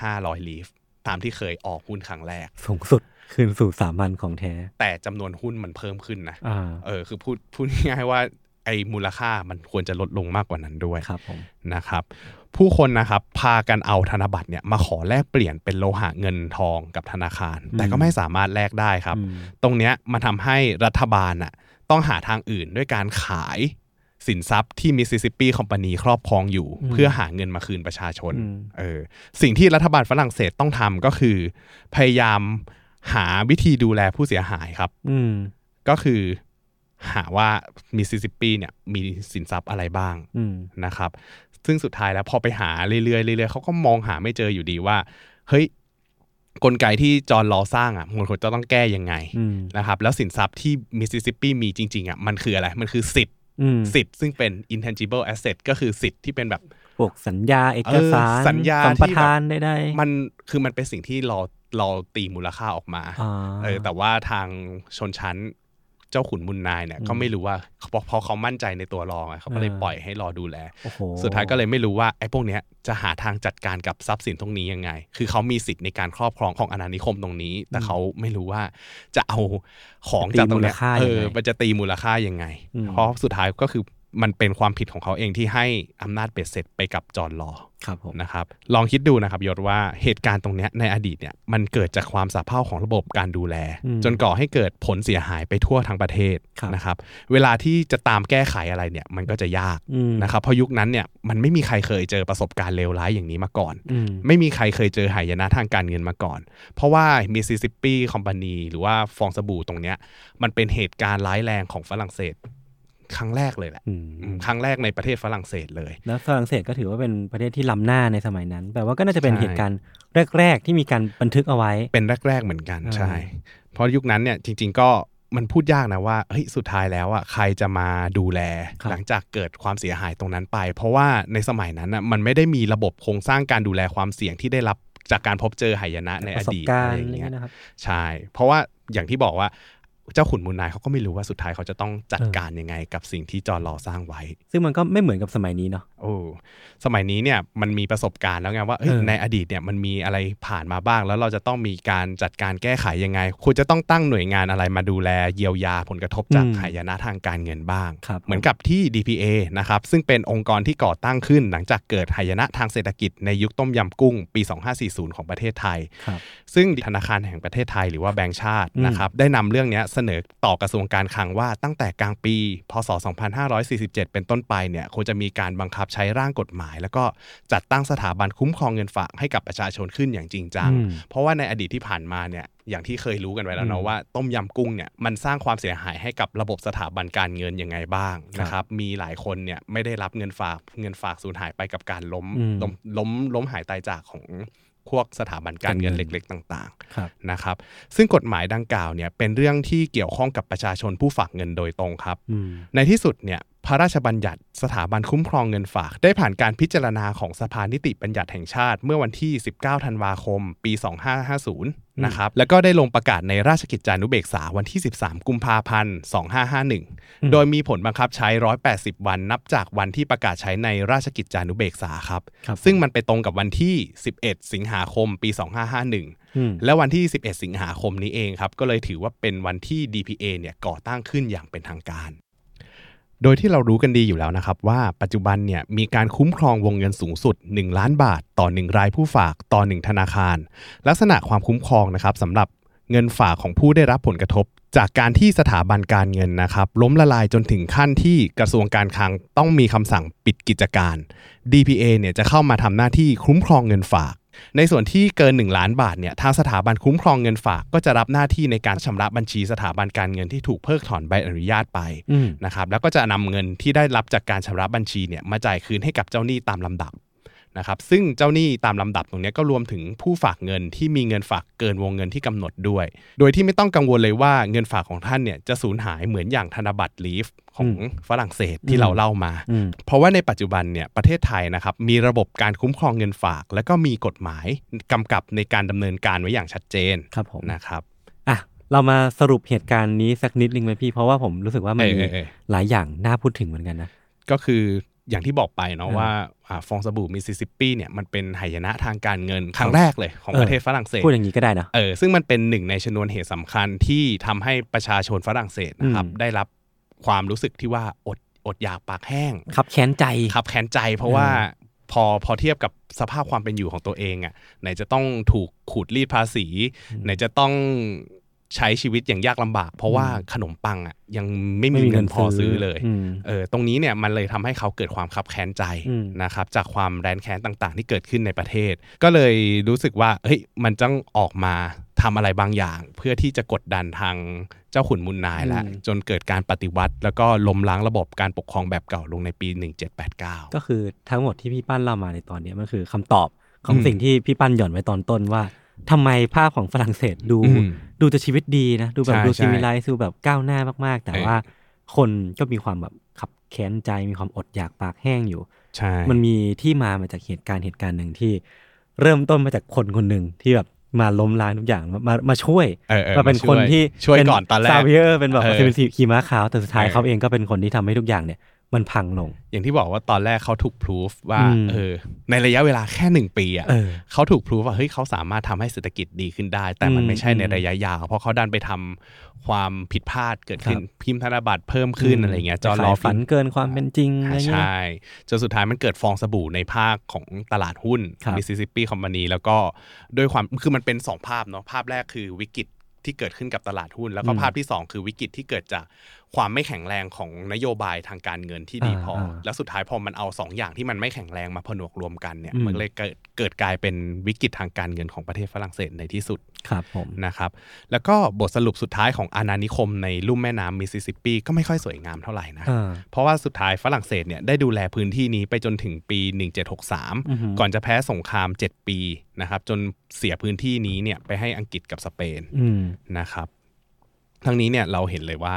S2: 500 ลีฟ ตามที่เคยออกหุ้นครั้งแรก
S3: สูงสุดคืนสู่สามัญของแท้
S2: แต่จำนวนหุ้นมันเพิ่มขึ้นนะ
S3: อ่า
S2: เออคือพูดพูดง่ายๆว่าไอ้มูลค่ามันควรจะลดลงมากกว่านั้นด้วย
S3: ครับผม
S2: นะครับผู้คนนะครับพากันเอาธนบัตรเนี่ยมาขอแลกเปลี่ยนเป็นโลหะเงินทองกับธนาคาร แต่ก็ไม่สามารถแลกได้ครับ
S3: อืม
S2: ตรงเนี้ยมันทำให้รัฐบาลน่ะต้องหาทางอื่นด้วยการขายสินทรัพย์ที่มิสซิสซิปปีคอมพานีครอบครองอยู่ เพื่อหาเงินมาคืนประชาชน
S3: อืม
S2: เออสิ่งที่รัฐบาลฝรั่งเศสต้องทำก็คือ พยายามหาวิธีดูแลผู้เสียหายครับ
S3: อืม
S2: ก็คือหาว่ามิสซิสซิปปีเนี่ยมีสินทรัพย์อะไรบ้าง
S3: อืม
S2: นะครับซึ่งสุดท้ายแล้วพอไปหาเรื่อยๆเรื่อยๆเขาก็มองหาไม่เจออยู่ดีว่า เฮ้ย กลไกที่จอร์นลอสร้างอ่ะมันควรจะต้องแก้ยังไง
S3: อืม
S2: นะครับแล้วสินทรัพย์ที่มิสซิสซิปปีมีจริงๆอ่ะมันคืออะไร มันคือสิทธิ์
S3: อืม
S2: สิทธิ์ซึ่งเป็น intangible asset ก็คือสิทธิ์ที่เป็นแบบ
S3: พวกสัญญาเอกสาร
S2: เออสัญญา
S3: สัมป
S2: ที่แบบ
S3: ทานได้ได้
S2: มันคือมันเป็นสิ่งที่เราเราตีมูลค่าออกมา
S3: อ่า
S2: เออแต่ว่าทางชนชั้นเจ้าขุนมุนนายเนี่ย
S3: อืม
S2: ก็ไม่รู้ว่าเขาพอพอเขามั่นใจในตัวรองอะเขาก็เลย
S3: อ่า
S2: ปล่อยให้รอดูแล
S3: โอ้โห
S2: สุดท้ายก็เลยไม่รู้ว่าไอ้พวกเนี้ยจะหาทางจัดการกับทรัพย์สินตรงนี้ยังไง คือเขามีสิทธิ์ในการครอบครองของอาณานิคมตรงนี้ แต่เขาไม่รู้ว่าจะเอาของจากตรงเนี้ยเออมันจะตีมูลค่ายังไง เพราะสุดท้ายก็คือมันเป็นความผิดของเขาเองที่ให้อำนาจเบ็ดเสร็จไปกับจอร์นลอ
S3: ครับผม
S2: นะครับลองคิดดูนะครับยศว่าเหตุการณ์ตรงเนี้ยในอดีตเนี่ยมันเกิดจากความสาเพร่าของระบบการดูแล จนก่อให้เกิดผลเสียหายไปทั่วทั้งประเทศนะครับเวลาที่จะตามแก้ไขอะไรเนี่ยมันก็จะยาก
S3: อืม
S2: นะครับเพราะยุคนั้นเนี่ยมันไม่มีใครเคยเจอประสบการณ์เลวร้ายอย่างนี้มาก่อน
S3: อืม
S2: ไม่มีใครเคยเจอหายนะทางการเงินมาก่อน เพราะว่ามิสซิสซิปปีคอมพานีหรือว่าฟองสบู่ตรงเนี้ยมันเป็นเหตุการณ์ร้ายแรงของฝรั่งเศส ครั้งแรกเลยแหละ
S3: อืม
S2: อืมครั้งแรกในประเทศฝรั่งเศสเลย
S3: แล้วฝรั่งเศสก็ถือว่าเป็นประเทศที่ล้ำหน้าในสมัยนั้น แต่ว่าก็น่าจะเป็น
S2: ใช่
S3: เหตุการณ์แรก ๆ ที่มีการบันทึกเอาไว้
S2: เป็นแรก ๆ เหมือนกัน
S3: อ่า
S2: ใช่ เพราะยุคนั้นเนี่ยจริง ๆ ก็มันพูดยากนะว่าเฮ้ยสุดท้ายแล้วอ่ะใครจะมาดูแล หลังจากเกิดความเสียหายตรงนั้นไป เพราะว่าในสมัยนั้นอ่ะมันไม่ได้มีระบบโครงสร้างการดูแลความเสี่ยงที่ได้รับจากการพบเจอหายนะใน
S3: ป
S2: อ
S3: ระสบ
S2: ดีต
S3: กา
S2: อะ
S3: ร
S2: ไร
S3: ณ์
S2: อ
S3: อะ
S2: ย่า
S3: ไรง
S2: เงี้ย
S3: เงี้ยนะครับ
S2: ใช่ เพราะว่าอย่างที่บอกว่าเจ้าขุนมูลนายเขาก็ไม่รู้ว่าสุดท้ายเขาจะต้องจัด
S3: เออ
S2: การยังไงกับสิ่งที่จอร์นลอสร้างไว้
S3: ซึ่งมันก็ไม่เหมือนกับสมัยนี้เนาะ
S2: โอ้สมัยนี้เนี่ยมันมีประสบการณ์แล้วไงว่าเอ้ย
S3: เออ
S2: ในอดีตเนี่ยมันมีอะไรผ่านมาบ้าง แล้วเราจะต้องมีการจัดการแก้ไขยังไงควรจะต้องตั้งหน่วยงานอะไรมาดูแลเยียวยาผลกระทบจากหายนะทางการเงินบ้าง
S3: ครับ
S2: เหมือนกับที่ DPA นะครับซึ่งเป็นองค์กรที่ก่อตั้งขึ้น หลังจากเกิดหายนะทางเศรษฐกิจในยุคต้มยำกุ้งปี 2540 ของประเทศไทย
S3: ครับ
S2: ซึ่งธนาคารแห่งประเทศไทยหรือว่าแบงก์ชาติ
S3: อืม
S2: นะครับได้นำเรื่องเนี้ยเสนอต่อกระทรวงการคลังว่าตั้งแต่กลางปี พศ 2547 เป็นต้นไปเนี่ยควรจะมีการบังคับใช้ร่างกฎหมาย แล้วก็จัดตั้งสถาบันคุ้มครองเงินฝากให้กับประชาชนขึ้นอย่างจริงจัง
S3: อืม
S2: เพราะว่าในอดีตที่ผ่านมาเนี่ยอย่างที่เคยรู้กันไว้แล้ว
S3: อื
S2: เนาะ
S3: ม
S2: ว่าต้มยำกุ้งเนี่ยมันสร้างความเสียหายให้กับระบบสถาบันการเงินยังไงบ้าง
S3: ครับ
S2: นะครับมีหลายคนเนี่ยไม่ได้รับเงินฝากเงินฝากสูญหายไปกับการล้ม
S3: อืม
S2: ล้มล้มล้มหายตายจากของพวกสถาบันการเงินเล็ก ๆ ต่าง ๆ
S3: ครับ
S2: นะครับซึ่งกฎหมายดังกล่าวเนี่ยเป็นเรื่องที่เกี่ยวข้องกับประชาชนผู้ฝากเงินโดยตรงครับ
S3: อืม
S2: ในที่สุดเนี่ยพระราชบัญญัติสถาบันคุ้มครองเงินฝาก ได้ผ่านการพิจารณาของสภานิติบัญญัติแห่งชาติ เมื่อวันที่ 19 ธันวาคม ปี 2550 นะครับ แล้วก็ได้ลงประกาศในราชกิจจานุเบกษาวันที่ 13 กุมภาพันธ์ 2551 โดยมีผลบังคับใช้ 180 วันนับจากวันที่ประกาศใช้ในราชกิจจานุเบกษาครับ
S3: ครับ
S2: ซึ่งมันไปตรงกับวันที่ 11 สิงหาคม ปี 2551
S3: อืม
S2: และวันที่ 11 สิงหาคมนี้เองครับ ก็เลยถือว่าเป็นวันที่ DPA เนี่ยก่อตั้งขึ้นอย่างเป็นทางการ โดยที่เรารู้กันดีอยู่แล้วนะครับว่าปัจจุบันเนี่ยมีการคุ้มครองวงเงินสูงสุด 1 ล้านบาท ต่อ 1 รายผู้ฝากต่อ 1 ธนาคาร ลักษณะความคุ้มครองนะครับสำหรับเงินฝากของผู้ได้รับผลกระทบ จากการที่สถาบันการเงินนะครับล้มละลายจนถึงขั้นที่กระทรวงการคลังต้องมีคำสั่งปิดกิจการ DPA เนี่ยจะเข้ามาทำหน้าที่คุ้มครองเงินฝาก ในส่วนที่เกิน 1 ล้านบาทเนี่ยทางสถาบันคุ้มครองเงินฝากก็จะรับหน้าที่ในการชำระบัญชีสถาบันการเงินที่ถูกเพิกถอนใบอนุญาตไป
S3: อืม
S2: นะครับแล้วก็จะนำเงินที่ได้รับจากการชำระบัญชีเนี่ยมาจ่ายคืนให้กับเจ้าหนี้ตามลำดับนะครับซึ่งเจ้าหนี้ตามลำดับตรงเนี้ยก็รวมถึงผู้ฝากเงินที่มีเงินฝากเกินวงเงินที่กำหนดด้วย โดยที่ไม่ต้องกังวลเลยว่าเงินฝากของท่านเนี่ยจะสูญหายเหมือนอย่างธนบัตรลีฟของฝรั่งเศสที่เราเล่ามา
S3: อืม
S2: เพราะว่าในปัจจุบันเนี่ยประเทศไทยนะครับมีระบบการคุ้มครองเงินฝาก และก็มีกฎหมายกำกับในการดำเนินการไว้อย่างชัดเจน
S3: ครับผม
S2: นะครับ
S3: อ่ะ เรามาสรุปเหตุการณ์นี้สักนิดนึงไหมพี่ เพราะว่าผมรู้สึกว่ามัน
S2: เออ
S3: มี
S2: เออเออ
S3: หลายอย่างน่าพูดถึงเหมือนกันนะ
S2: ก็คืออย่างที่บอกไปเนาะ
S3: อ่า
S2: ว่าอาฟองสบู่มิสซิสซิปปีเนี่ยมันเป็นหายนะทางการเงินครั้งแรกเลยของ
S3: เออ
S2: ประเทศฝรั่งเศส
S3: พูดอย่างนี้ก็ได้นะ
S2: เออซึ่งมันเป็นหนึ่งในชนวนเหตุสำคัญที่ทำให้ประชาชนฝรั่งเศสนะครับ
S3: อืม
S2: ได้รับความรู้สึกที่ว่าอดอดอยากปากแห้ง
S3: ขับแค้นใจ
S2: ขับแค้นใจ เพราะว่าพอพอเทียบกับสภาพความเป็นอยู่ของตัวเองอะ่ะไหนจะต้องถูกขูดรีดภาษี ไหนจะต้องใช้ชีวิตอย่างยากลำบาก เพราะว่าขนมปังอะ่ะยังไม่มีเงินพอซื้อเลย
S3: ม
S2: เออตรงนี้เนี่ยมันเลยทำให้เขาเกิดความคับแค้นใจ
S3: อืม
S2: นะครับจากความแรนแค้นต่างๆ ที่เกิดขึ้นในประเทศ ก็เลยรู้สึกว่าเฮ้ยมันต้องออกมาทำอะไรบางอย่าง เพื่อที่จะกดดันทางเจ้าขุนมุนนายและจนเกิดการปฏิวัติ แล้วก็ล้มล้างระบบการปกครองแบบเก่าลงในปี 1789
S3: ก็คือทั้งหมดที่พี่ปั้นเล่ามาในตอนเนี้ยมันคือคำตอบของ
S2: อืม
S3: สิ่งที่พี่ปั้นหย่อนไว้ตอนต้นว่า ทำไมภาพของฝรั่งเศสดู
S2: อืม
S3: ดูจะชีวิตดีนะ ดูแบบ
S2: ใช่
S3: ดู
S2: ใช่
S3: ซีวิไลซ์ดูแบบก้าวหน้ามากๆ แต่
S2: เออ
S3: ว่าคนก็มีความแบบขับแค้นใจมีความอดอยากปากแห้งอยู่
S2: ใช่
S3: มันมีที่มามาจากเหตุการณ์เหตุการณ์หนึ่งที่ เริ่มต้นมาจากคนคนหนึ่งที่แบบมาล้มล้างทุกอย่างมามามาช่วย
S2: ออออ
S3: มาเป็น
S2: ช่
S3: คนที่
S2: ช่วยก่อนตอนแร
S3: ซาก เวียร์เป็นแบบ
S2: เออ
S3: เป็นขี่ม้าขาวแต่สุดท้าย
S2: เออ
S3: เขาเองก็เป็นคนที่ทำให้ทุกอย่างเนี่ย มันพังลง
S2: อย่างที่บอกว่าตอนแรกเขาถูกพิสูจว่า
S3: อืม
S2: เออในระยะเวลาแค่หนึ่งปีอ่ะ
S3: เออ
S2: เขาถูกพรูฟว่าเฮ้ยเขาสามารถทำให้เศรษฐกิจดีขึ้นได้ แต่มัน
S3: อืม
S2: ไม่ใช่ใน
S3: อืม
S2: ระยะยาว เพราะเขาดันไปทำความผิดพลาดเกิดขึ้น
S3: ครับ
S2: พิมพ์ธนบัตรเพิ่มขึ้นอะไรเงี้ยจอร์นล
S3: ขา
S2: อย ฟ
S3: ฝันเกินความเป็นจริงอะไร
S2: อ่า
S3: เงี้ย
S2: ใช่จนสุดท้ายมันเกิดฟองสบู่ในภาคของตลาดหุ้น
S3: ครับ
S2: มิสซิสซิปปีคอมพานีแล้วก็ด้วยความคือมันเป็น 2 ภาพเนาะภาพแรกคือวิกฤตที่เกิดขึ้นกับตลาดหุ้น แล้วก็ภาพที่ 2 คือวิกฤตที่เกิดจากความไม่แข็งแรงของนโยบายทางการเงินที่ดีพออา แล้วสุดท้ายพอมันเอาสองอย่างที่มันไม่แข็งแรงมาผนวกรวมกันเนี่ย
S3: อืม
S2: มันเลย เลยเกิดเกิดกลายเป็นวิกฤตทางการเงินของประเทศฝรั่งเศสในที่สุด
S3: ครับผม
S2: นะครับ แล้วก็บทสรุปสุดท้ายของอาณานิคมในลุ่มแม่น้ำมิสซิสซิปปีก็ไม่ค่อยสวยงามเท่าไหร่นะ
S3: อ่า
S2: เพราะว่าสุดท้ายฝรั่งเศสเนี่ยได้ดูแลพื้นที่นี้ไปจนถึงปี
S3: อือหือ
S2: 1763 ก่อนจะแพ้สงคราม 7 ปีนะครับ จนเสียพื้นที่นี้เนี่ยไปให้อังกฤษกับสเปน
S3: อืม
S2: นะครับทั้งนี้เนี่ยเราเห็นเลยว่า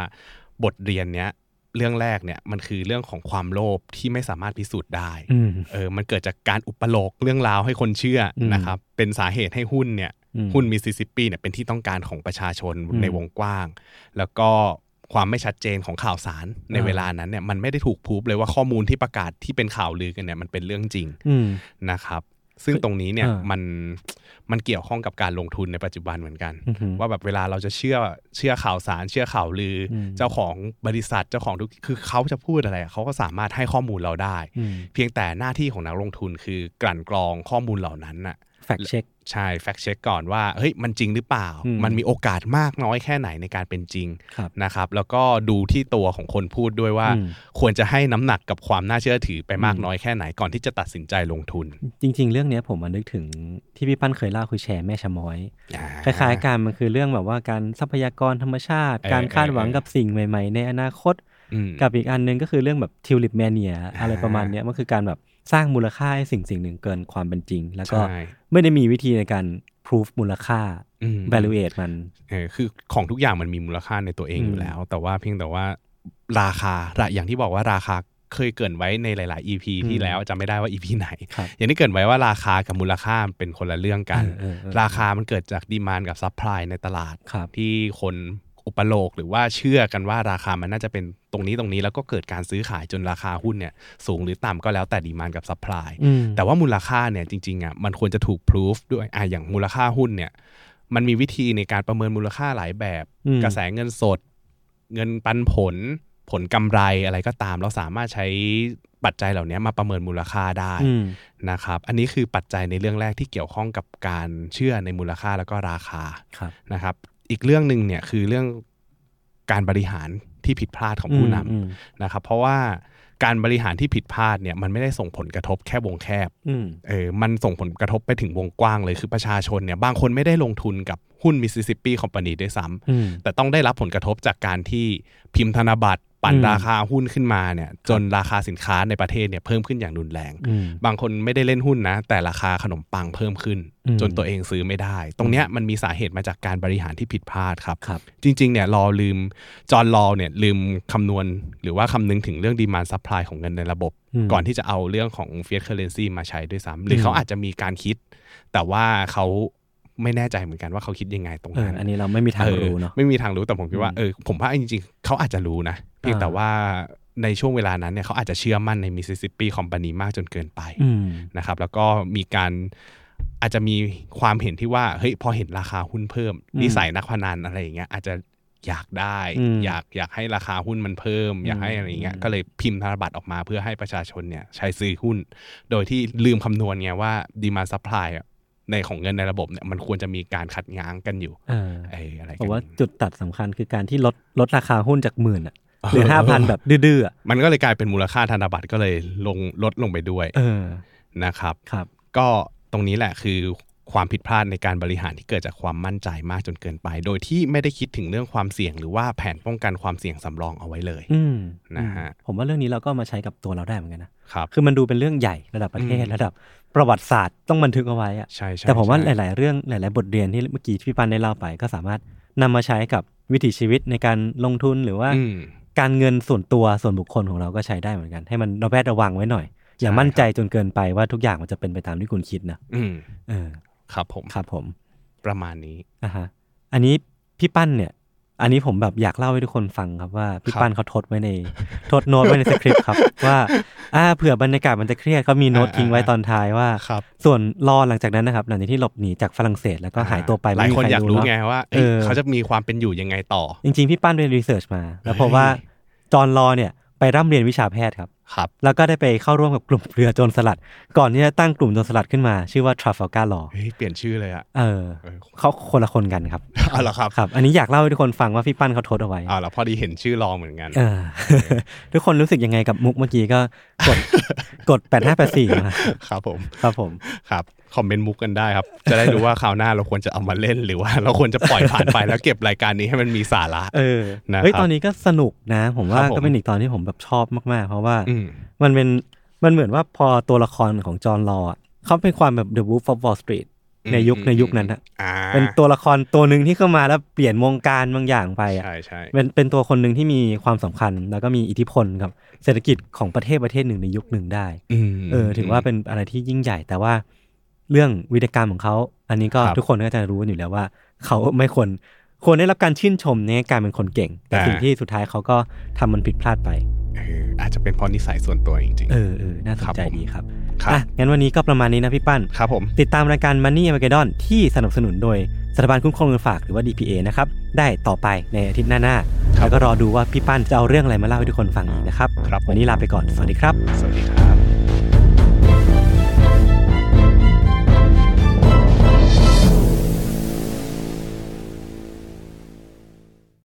S2: บทเรียนเนี้ยเรื่องแรกเนี่ยมันคือเรื่องของความโลภที่ไม่สามารถพิสูจน์ได้
S3: อืม
S2: เออมันเกิดจากการอุปโลกเรื่องราวให้คนเชื่ออ
S3: ม
S2: นะครับเป็นสาเหตุให้หุ้นเนี่ย
S3: อืม
S2: หุ้นมิสซิสซิปปีเนี่ยเป็นที่ต้องการของประชาชน
S3: อืม
S2: ในวงกว้าง แล้วก็ความไม่ชัดเจนของข่าวสารใน
S3: อ่า
S2: เวลานั้นเนี่ยมันไม่ได้ถูกพูบเลยว่าข้อมูลที่ประกาศที่เป็นข่าวลือกันเนี่ยมันเป็นเรื่องจริง
S3: อืม
S2: นะครับซึ่งตรงนี้เนี่ย
S3: อ่ามั
S2: มันมันเกี่ยวข้องกับการลงทุนในปัจจุบันเหมือนกัน
S3: อือหือ
S2: ว่าแบบเวลาเราจะเชื่อเชื่อข่าวสาร เชื่อข่าวลืออ
S3: ม
S2: เจ้าของบริษัทเจ้าของทุกคือเขาจะพูดอะไรเขาก็สามารถให้ข้อมูลเราได้
S3: อืม
S2: เพียงแต่หน้าที่ของนักลงทุนคือกลั่นกรองข้อมูลเหล่านั้นน่ะ
S3: แฟกเช็ค
S2: ใช่แฟกเช็คก่อนว่าเฮ้ยมันจริงหรือเปล่า
S3: อืม
S2: มันมีโอกาสมากน้อยแค่ไหนในการเป็นจริง
S3: ครับ
S2: นะครับแล้วก็ดูที่ตัวของคนพูดด้วยว่า
S3: อืม
S2: ควรจะให้น้ำหนักกับความน่าเชื่อถือไปมากน้อยแค่ไหนก่อนที่จะตัดสินใจลงทุน
S3: จริง ๆ เรื่องเนี้ยผมมานึกถึงที่พี่ปั้นเคยเล่าคือแชร์แม่ชะม้อย
S2: อ่
S3: คล้ายๆกันมันคือเรื่องแบบว่าการทรัพยากรธรรมชาติ
S2: เออ
S3: การคาดหวัง
S2: เออ
S3: กับสิ่งใหม่ ๆ ในอนาคต
S2: อืม
S3: กับอีกอันหนึงก็คือเรื่องแบบทิวลิปแมเนียอะไรประมาณเนี้ยมันคือการแบบสร้างมูลค่าให้สิ่งสิ่งหนึ่งเกินความเป็นจริง แล้วก็
S2: ใช่
S3: ไม่ได้มีวิธีในการ proof มูลค่า
S2: อืม
S3: valuate มัน
S2: เออคือของทุกอย่างมันมีมูลค่าในตัวเองอยู่แล้ว แต่ว่าเพียงแต่ว่าราคาอย่างที่บอกว่าราคาเคยเกรินไว้ในหลาย ๆ EP ที่
S3: อืม
S2: แล้วจำไม่ได้ว่า EP ไหน
S3: ครับ
S2: อย่างที่เกรินไว้ว่าราคากับมูลค่ามันเป็นคนละเรื่องกัน
S3: เออเออเออ
S2: ราคามันเกิดจากดีมานกับซัพพลายในตลาด
S3: ครับ
S2: ที่คนอุปโลกหรือว่าเชื่อกันว่าราคามันน่าจะเป็นตรงนี้ตรงนี้แล้วก็เกิดการซื้อขายจนราคาหุ้นเนี่ยสูงหรือต่ำก็แล้วแต่ดีมานกับซัพพลาย
S3: อืม
S2: แต่ว่ามูลค่าเนี่ยจริงๆอ่ะมันควรจะถูกพ o ูฟด้วยอ่ะอย่างมูลค่าหุ้นเนี่ยมันมีวิธีในการประเมินมูลค่าหลายแบบ
S3: อืม
S2: กระแสเงินสด เงินปันผล ผลกำไรอะไรก็ตาม เราสามารถใช้ปัจจัยเหล่านี้มาประเมินมูลค่าได้
S3: อืม
S2: นะครับอันนี้คือปัจจัยในเรื่องแรกที่เกี่ยวข้องกับการเชื่อในมูลค่าแล้วก็ราคา
S3: ครับ
S2: นะครับอีกเรื่องหนึ่งเนี่ยคือเรื่องการบริหารที่ผิดพลาดของผู้นำ
S3: อืม
S2: นะครับเพราะว่าการบริหารที่ผิดพลาดเนี่ยมันไม่ได้ส่งผลกระทบแค่วงแคบ
S3: อืม
S2: เออมันส่งผลกระทบไปถึงวงกว้างเลยคือประชาชนเนี่ยบางคนไม่ได้ลงทุนกับหุ้นมิสซิสซิปปีคอมพานีด้วยซ้ำ
S3: อืม
S2: แต่ต้องได้รับผลกระทบจากการที่พิมพ์ธนบัตรปั่น
S3: อืม
S2: ราคาหุ้นขึ้นมาเนี่ยจนราคาสินค้าในประเทศเนี่ยเพิ่มขึ้นอย่างรุนแรง
S3: อืม
S2: บางคนไม่ได้เล่นหุ้นนะ แต่ราคาขนมปังเพิ่มขึ้น
S3: อืม
S2: จนตัวเองซื้อไม่ได้ ตรงเนี้ยมันมีสาเหตุมาจากการบริหารที่ผิดพลาดครับ
S3: ครับ
S2: จริงๆ เนี่ย รอลืม จอห์นลอเนี่ย ลืมคำนวณ หรือว่าคำนึงถึงเรื่องดีมานซั p พลายของเงินในระบบ
S3: อืม
S2: ก่อนที่จะเอาเรื่องของเฟียสเคอร์เรนซีมาใช้ด้วยซ้ำหรืออ
S3: ม
S2: เขาอาจจะมีการคิด แต่ว่าเขาไม่แน่ใจเหมือนกันว่าเขาคิดยังไงตรง
S3: เออ
S2: นั้น
S3: อันนี้เราไม่มีทางรู้
S2: อ
S3: เนาะ
S2: อไม่มีทางรู้แต่ผมคิดว่า
S3: อืม
S2: เออผมว่าจริงๆ เขาอาจจะรู้นะ เพียง
S3: อ่า
S2: แต่ว่าในช่วงเวลานั้นเนี่ยเขาอาจจะเชื่อมั่นในมิสซิสซิปปีคอมพานีมากจนเกินไป
S3: อืม
S2: นะครับแล้วก็มีการอาจจะมีความเห็นที่ว่าเฮ้ยพอเห็นราคาหุ้นเพิ่ม
S3: อืม
S2: นิสัยนักพนันอะไรอย่างเงี้ยอาจจะอยากได้
S3: อืม
S2: อยากอยากให้ราคาหุ้นมันเพิ่ม อยากให้อะไรอย่างเงี้ย
S3: อืม
S2: ก็เลยพิมพ์ธนบัตรออกมาเพื่อให้ประชาชนเนี่ยใช้ซื้อหุ้น โดยที่ลืมคำนวณไงว่าดีมาซัพพลายในของเงินในระบบเนี่ยมันควรจะมีการขัดง้างกันอยู่
S3: เออ
S2: เอออะไร
S3: ผ
S2: กั
S3: ม
S2: น
S3: ว่าจุดตัดสำคัญคือการที่ลดลดราคาหุ้นจากหมื่นอะเหลือ
S2: เ
S3: ห้าพันแบบดื้อๆอะ
S2: มันก็เลยกลายเป็นมูลค่าธนบัตรก็เลยลงลดลงไปด้วย
S3: เออ
S2: นะครับ
S3: ครับ
S2: ก็ตรงนี้แหละคือความผิดพลาดในการบริหารที่เกิดจากความมั่นใจมากจนเกินไป โดยที่ไม่ได้คิดถึงเรื่องความเสี่ยง หรือว่าแผนป้องกันความเสี่ยงสำรองเอาไว้เลย
S3: อืม
S2: นะฮะ
S3: ผมว่าเรื่องนี้เราก็มาใช้กับตัวเราได้เหมือนกันนะ
S2: ครับ
S3: คือมันดูเป็นเรื่องใหญ่ระดับประเทศ
S2: อืม
S3: ระดับ ประวัติศาสตร์ต้องบันทึกเอาไว้อะ
S2: ใช่ใช่
S3: แต่ผมว่าห
S2: ใช่
S3: ลาย ๆ เรื่องหลาย ๆ บทเรียนที่เมื่อกี้พี่ปันได้เล่าไป ก็สามารถนำมาใช้กับวิถีชีวิตในการลงทุนหรือว่า
S2: อืม
S3: การเงินส่วนตัวส่วนบุคคลของเราก็ใช้ได้เหมือนกัน ให้มันระแวดระวังไว้หน่อย อย่า
S2: ใช่
S3: มั่นใจจนเกินไปว่าทุกอย่างมันจะเป็นไปตามที่คุณคิดนะ
S2: อืม
S3: เออ
S2: ครับผม
S3: ครับผม
S2: ประมาณนี้
S3: อ่ะฮะอันนี้พี่ปั้นเนี่ย อันนี้ผมแบบอยากเล่าให้ทุกคนฟังครับว่าพี่
S2: ครับ
S3: ปั้นเขาทดไว้ใน ทดโน้ตไว้ในสคริปต์ครับ ว่าอ่าเผื่อบรรยากาศมันจะเครียดเขามีโน้ต
S2: อ่า
S3: ทิ้งไว้
S2: อ่า
S3: ตอนท้ายว่า
S2: ครับ
S3: ส่วนรอหลังจากนั้นนะครับหลังจากที่หลบหนีจากฝรั่งเศสแล้วก็หายตัวไป
S2: หลาย
S3: ไม่มี
S2: คน
S3: ใร
S2: อยากรู้
S3: เะ
S2: ไงว่าเอ้ย
S3: เออ
S2: เขาจะมีความเป็นอยู่ยังไงต่อ
S3: จริงๆพี่ปั้นไปรีเสิร์ชมา แล้วพบ
S2: เฮ้ย
S3: ว่าจอห์นรอเนี่ยไปร่ำเรียนวิชาแพทย์ครับ
S2: ครับ
S3: แล้วก็ได้ไปเข้าร่วมกับกลุ่มเรือโจรสลัด ก่อนที่จะตั้งกลุ่มโจรสลัดขึ้นมา ชื่อว่าทราฟลการ์ลอ
S2: เฮ้ย เปลี่ยนชื่อเลยอะ
S3: เออ
S2: เออ
S3: เขาคนละคนกันครับ
S2: เอาเหรอครับ
S3: ครับ อันนี้อยากเล่าให้ทุกคนฟังว่าพี่ปั้นเขาทดเอาไว้
S2: เอาเหรอพอดีเห็นชื่อลองเหมือนกัน
S3: เออ ทุกคนรู้สึกยังไงกับมุกเมื่อกี้ก็กด กดแปดห้าแปดสี่มา
S2: ครับผม
S3: ครับผม
S2: ครับคอมเมนต์มุกกันได้ครับ จะได้รู้ว่าคราวหน้าเราควรจะเอามาเล่นหรือว่า เราควรจะปล่อยผ่านไปแล้วเก็บรายการนี้ให้มันมีสาระ
S3: เออ
S2: นะครับ
S3: เฮ้ยตอนนี้ก็สนุกนะ ผมว่า
S2: ครับผม
S3: ก็เป็นอีกตอนที่ผมแบบชอบมากๆ เพราะว่า
S2: อืม
S3: มันเป็นมันเหมือนว่าพอตัวละครของจอห์นลอว์อะเขาเป็นความแบบ The Wolf of Wall Street ในยุคในยุคนั้นอะ
S2: อ่า
S3: เป็นตัวละครตัวหนึ่งที่เข้ามาแล้วเปลี่ยนวงการบางอย่างไปอะ
S2: ใช่ใช่
S3: เป็นเป็นตัวคนหนึ่งที่มีความสำคัญ แล้วก็มีอิทธิพลกับเศรษฐกิจของประเทศประเทศหนึ่งในยุคหนึ่งได้
S2: ม
S3: เออถือว่าเป็นอะไรที่ยิ่งใหญ่แต่ว่าเรื่องวีรกรรมของเขา อันนี้ก็
S2: ครับ
S3: ทุกคนก็จะรู้กันอยู่แล้วว่า เขาไม่ควรควรได้รับการชื่นชมในการเป็นคนเก่ง แต่
S2: อ่า
S3: สิ่งที่สุดท้ายเขาก็ทำมันผิดพลาดไป
S2: เอออาจจะเป็นเพราะนิสัยส่วนตัวจริง
S3: เออเออน่าสน
S2: ค
S3: ใจ
S2: รับผม
S3: ดีครับ
S2: ๆครับ
S3: อ่ะงั้นวันนี้ก็ประมาณนี้นะพี่ปั้น
S2: ครับผม
S3: ติดตามรายการ Money a m a g e d o n ที่สนับสนุนโดยสถาบันคุ้มครองเงินฝากหรือว่า DPA นะครับได้ต่อไปในอาทิตย์หน้าๆแล้วก็รอดูว่าพี่ปั้นจะเอาเรื่องอะไรมาเล่าให้ทุกคนฟังอีกนะครับ
S2: ครับผม
S3: วันนี้ลาไปก่อนสวัสดีครับ
S2: สวัสดีครับ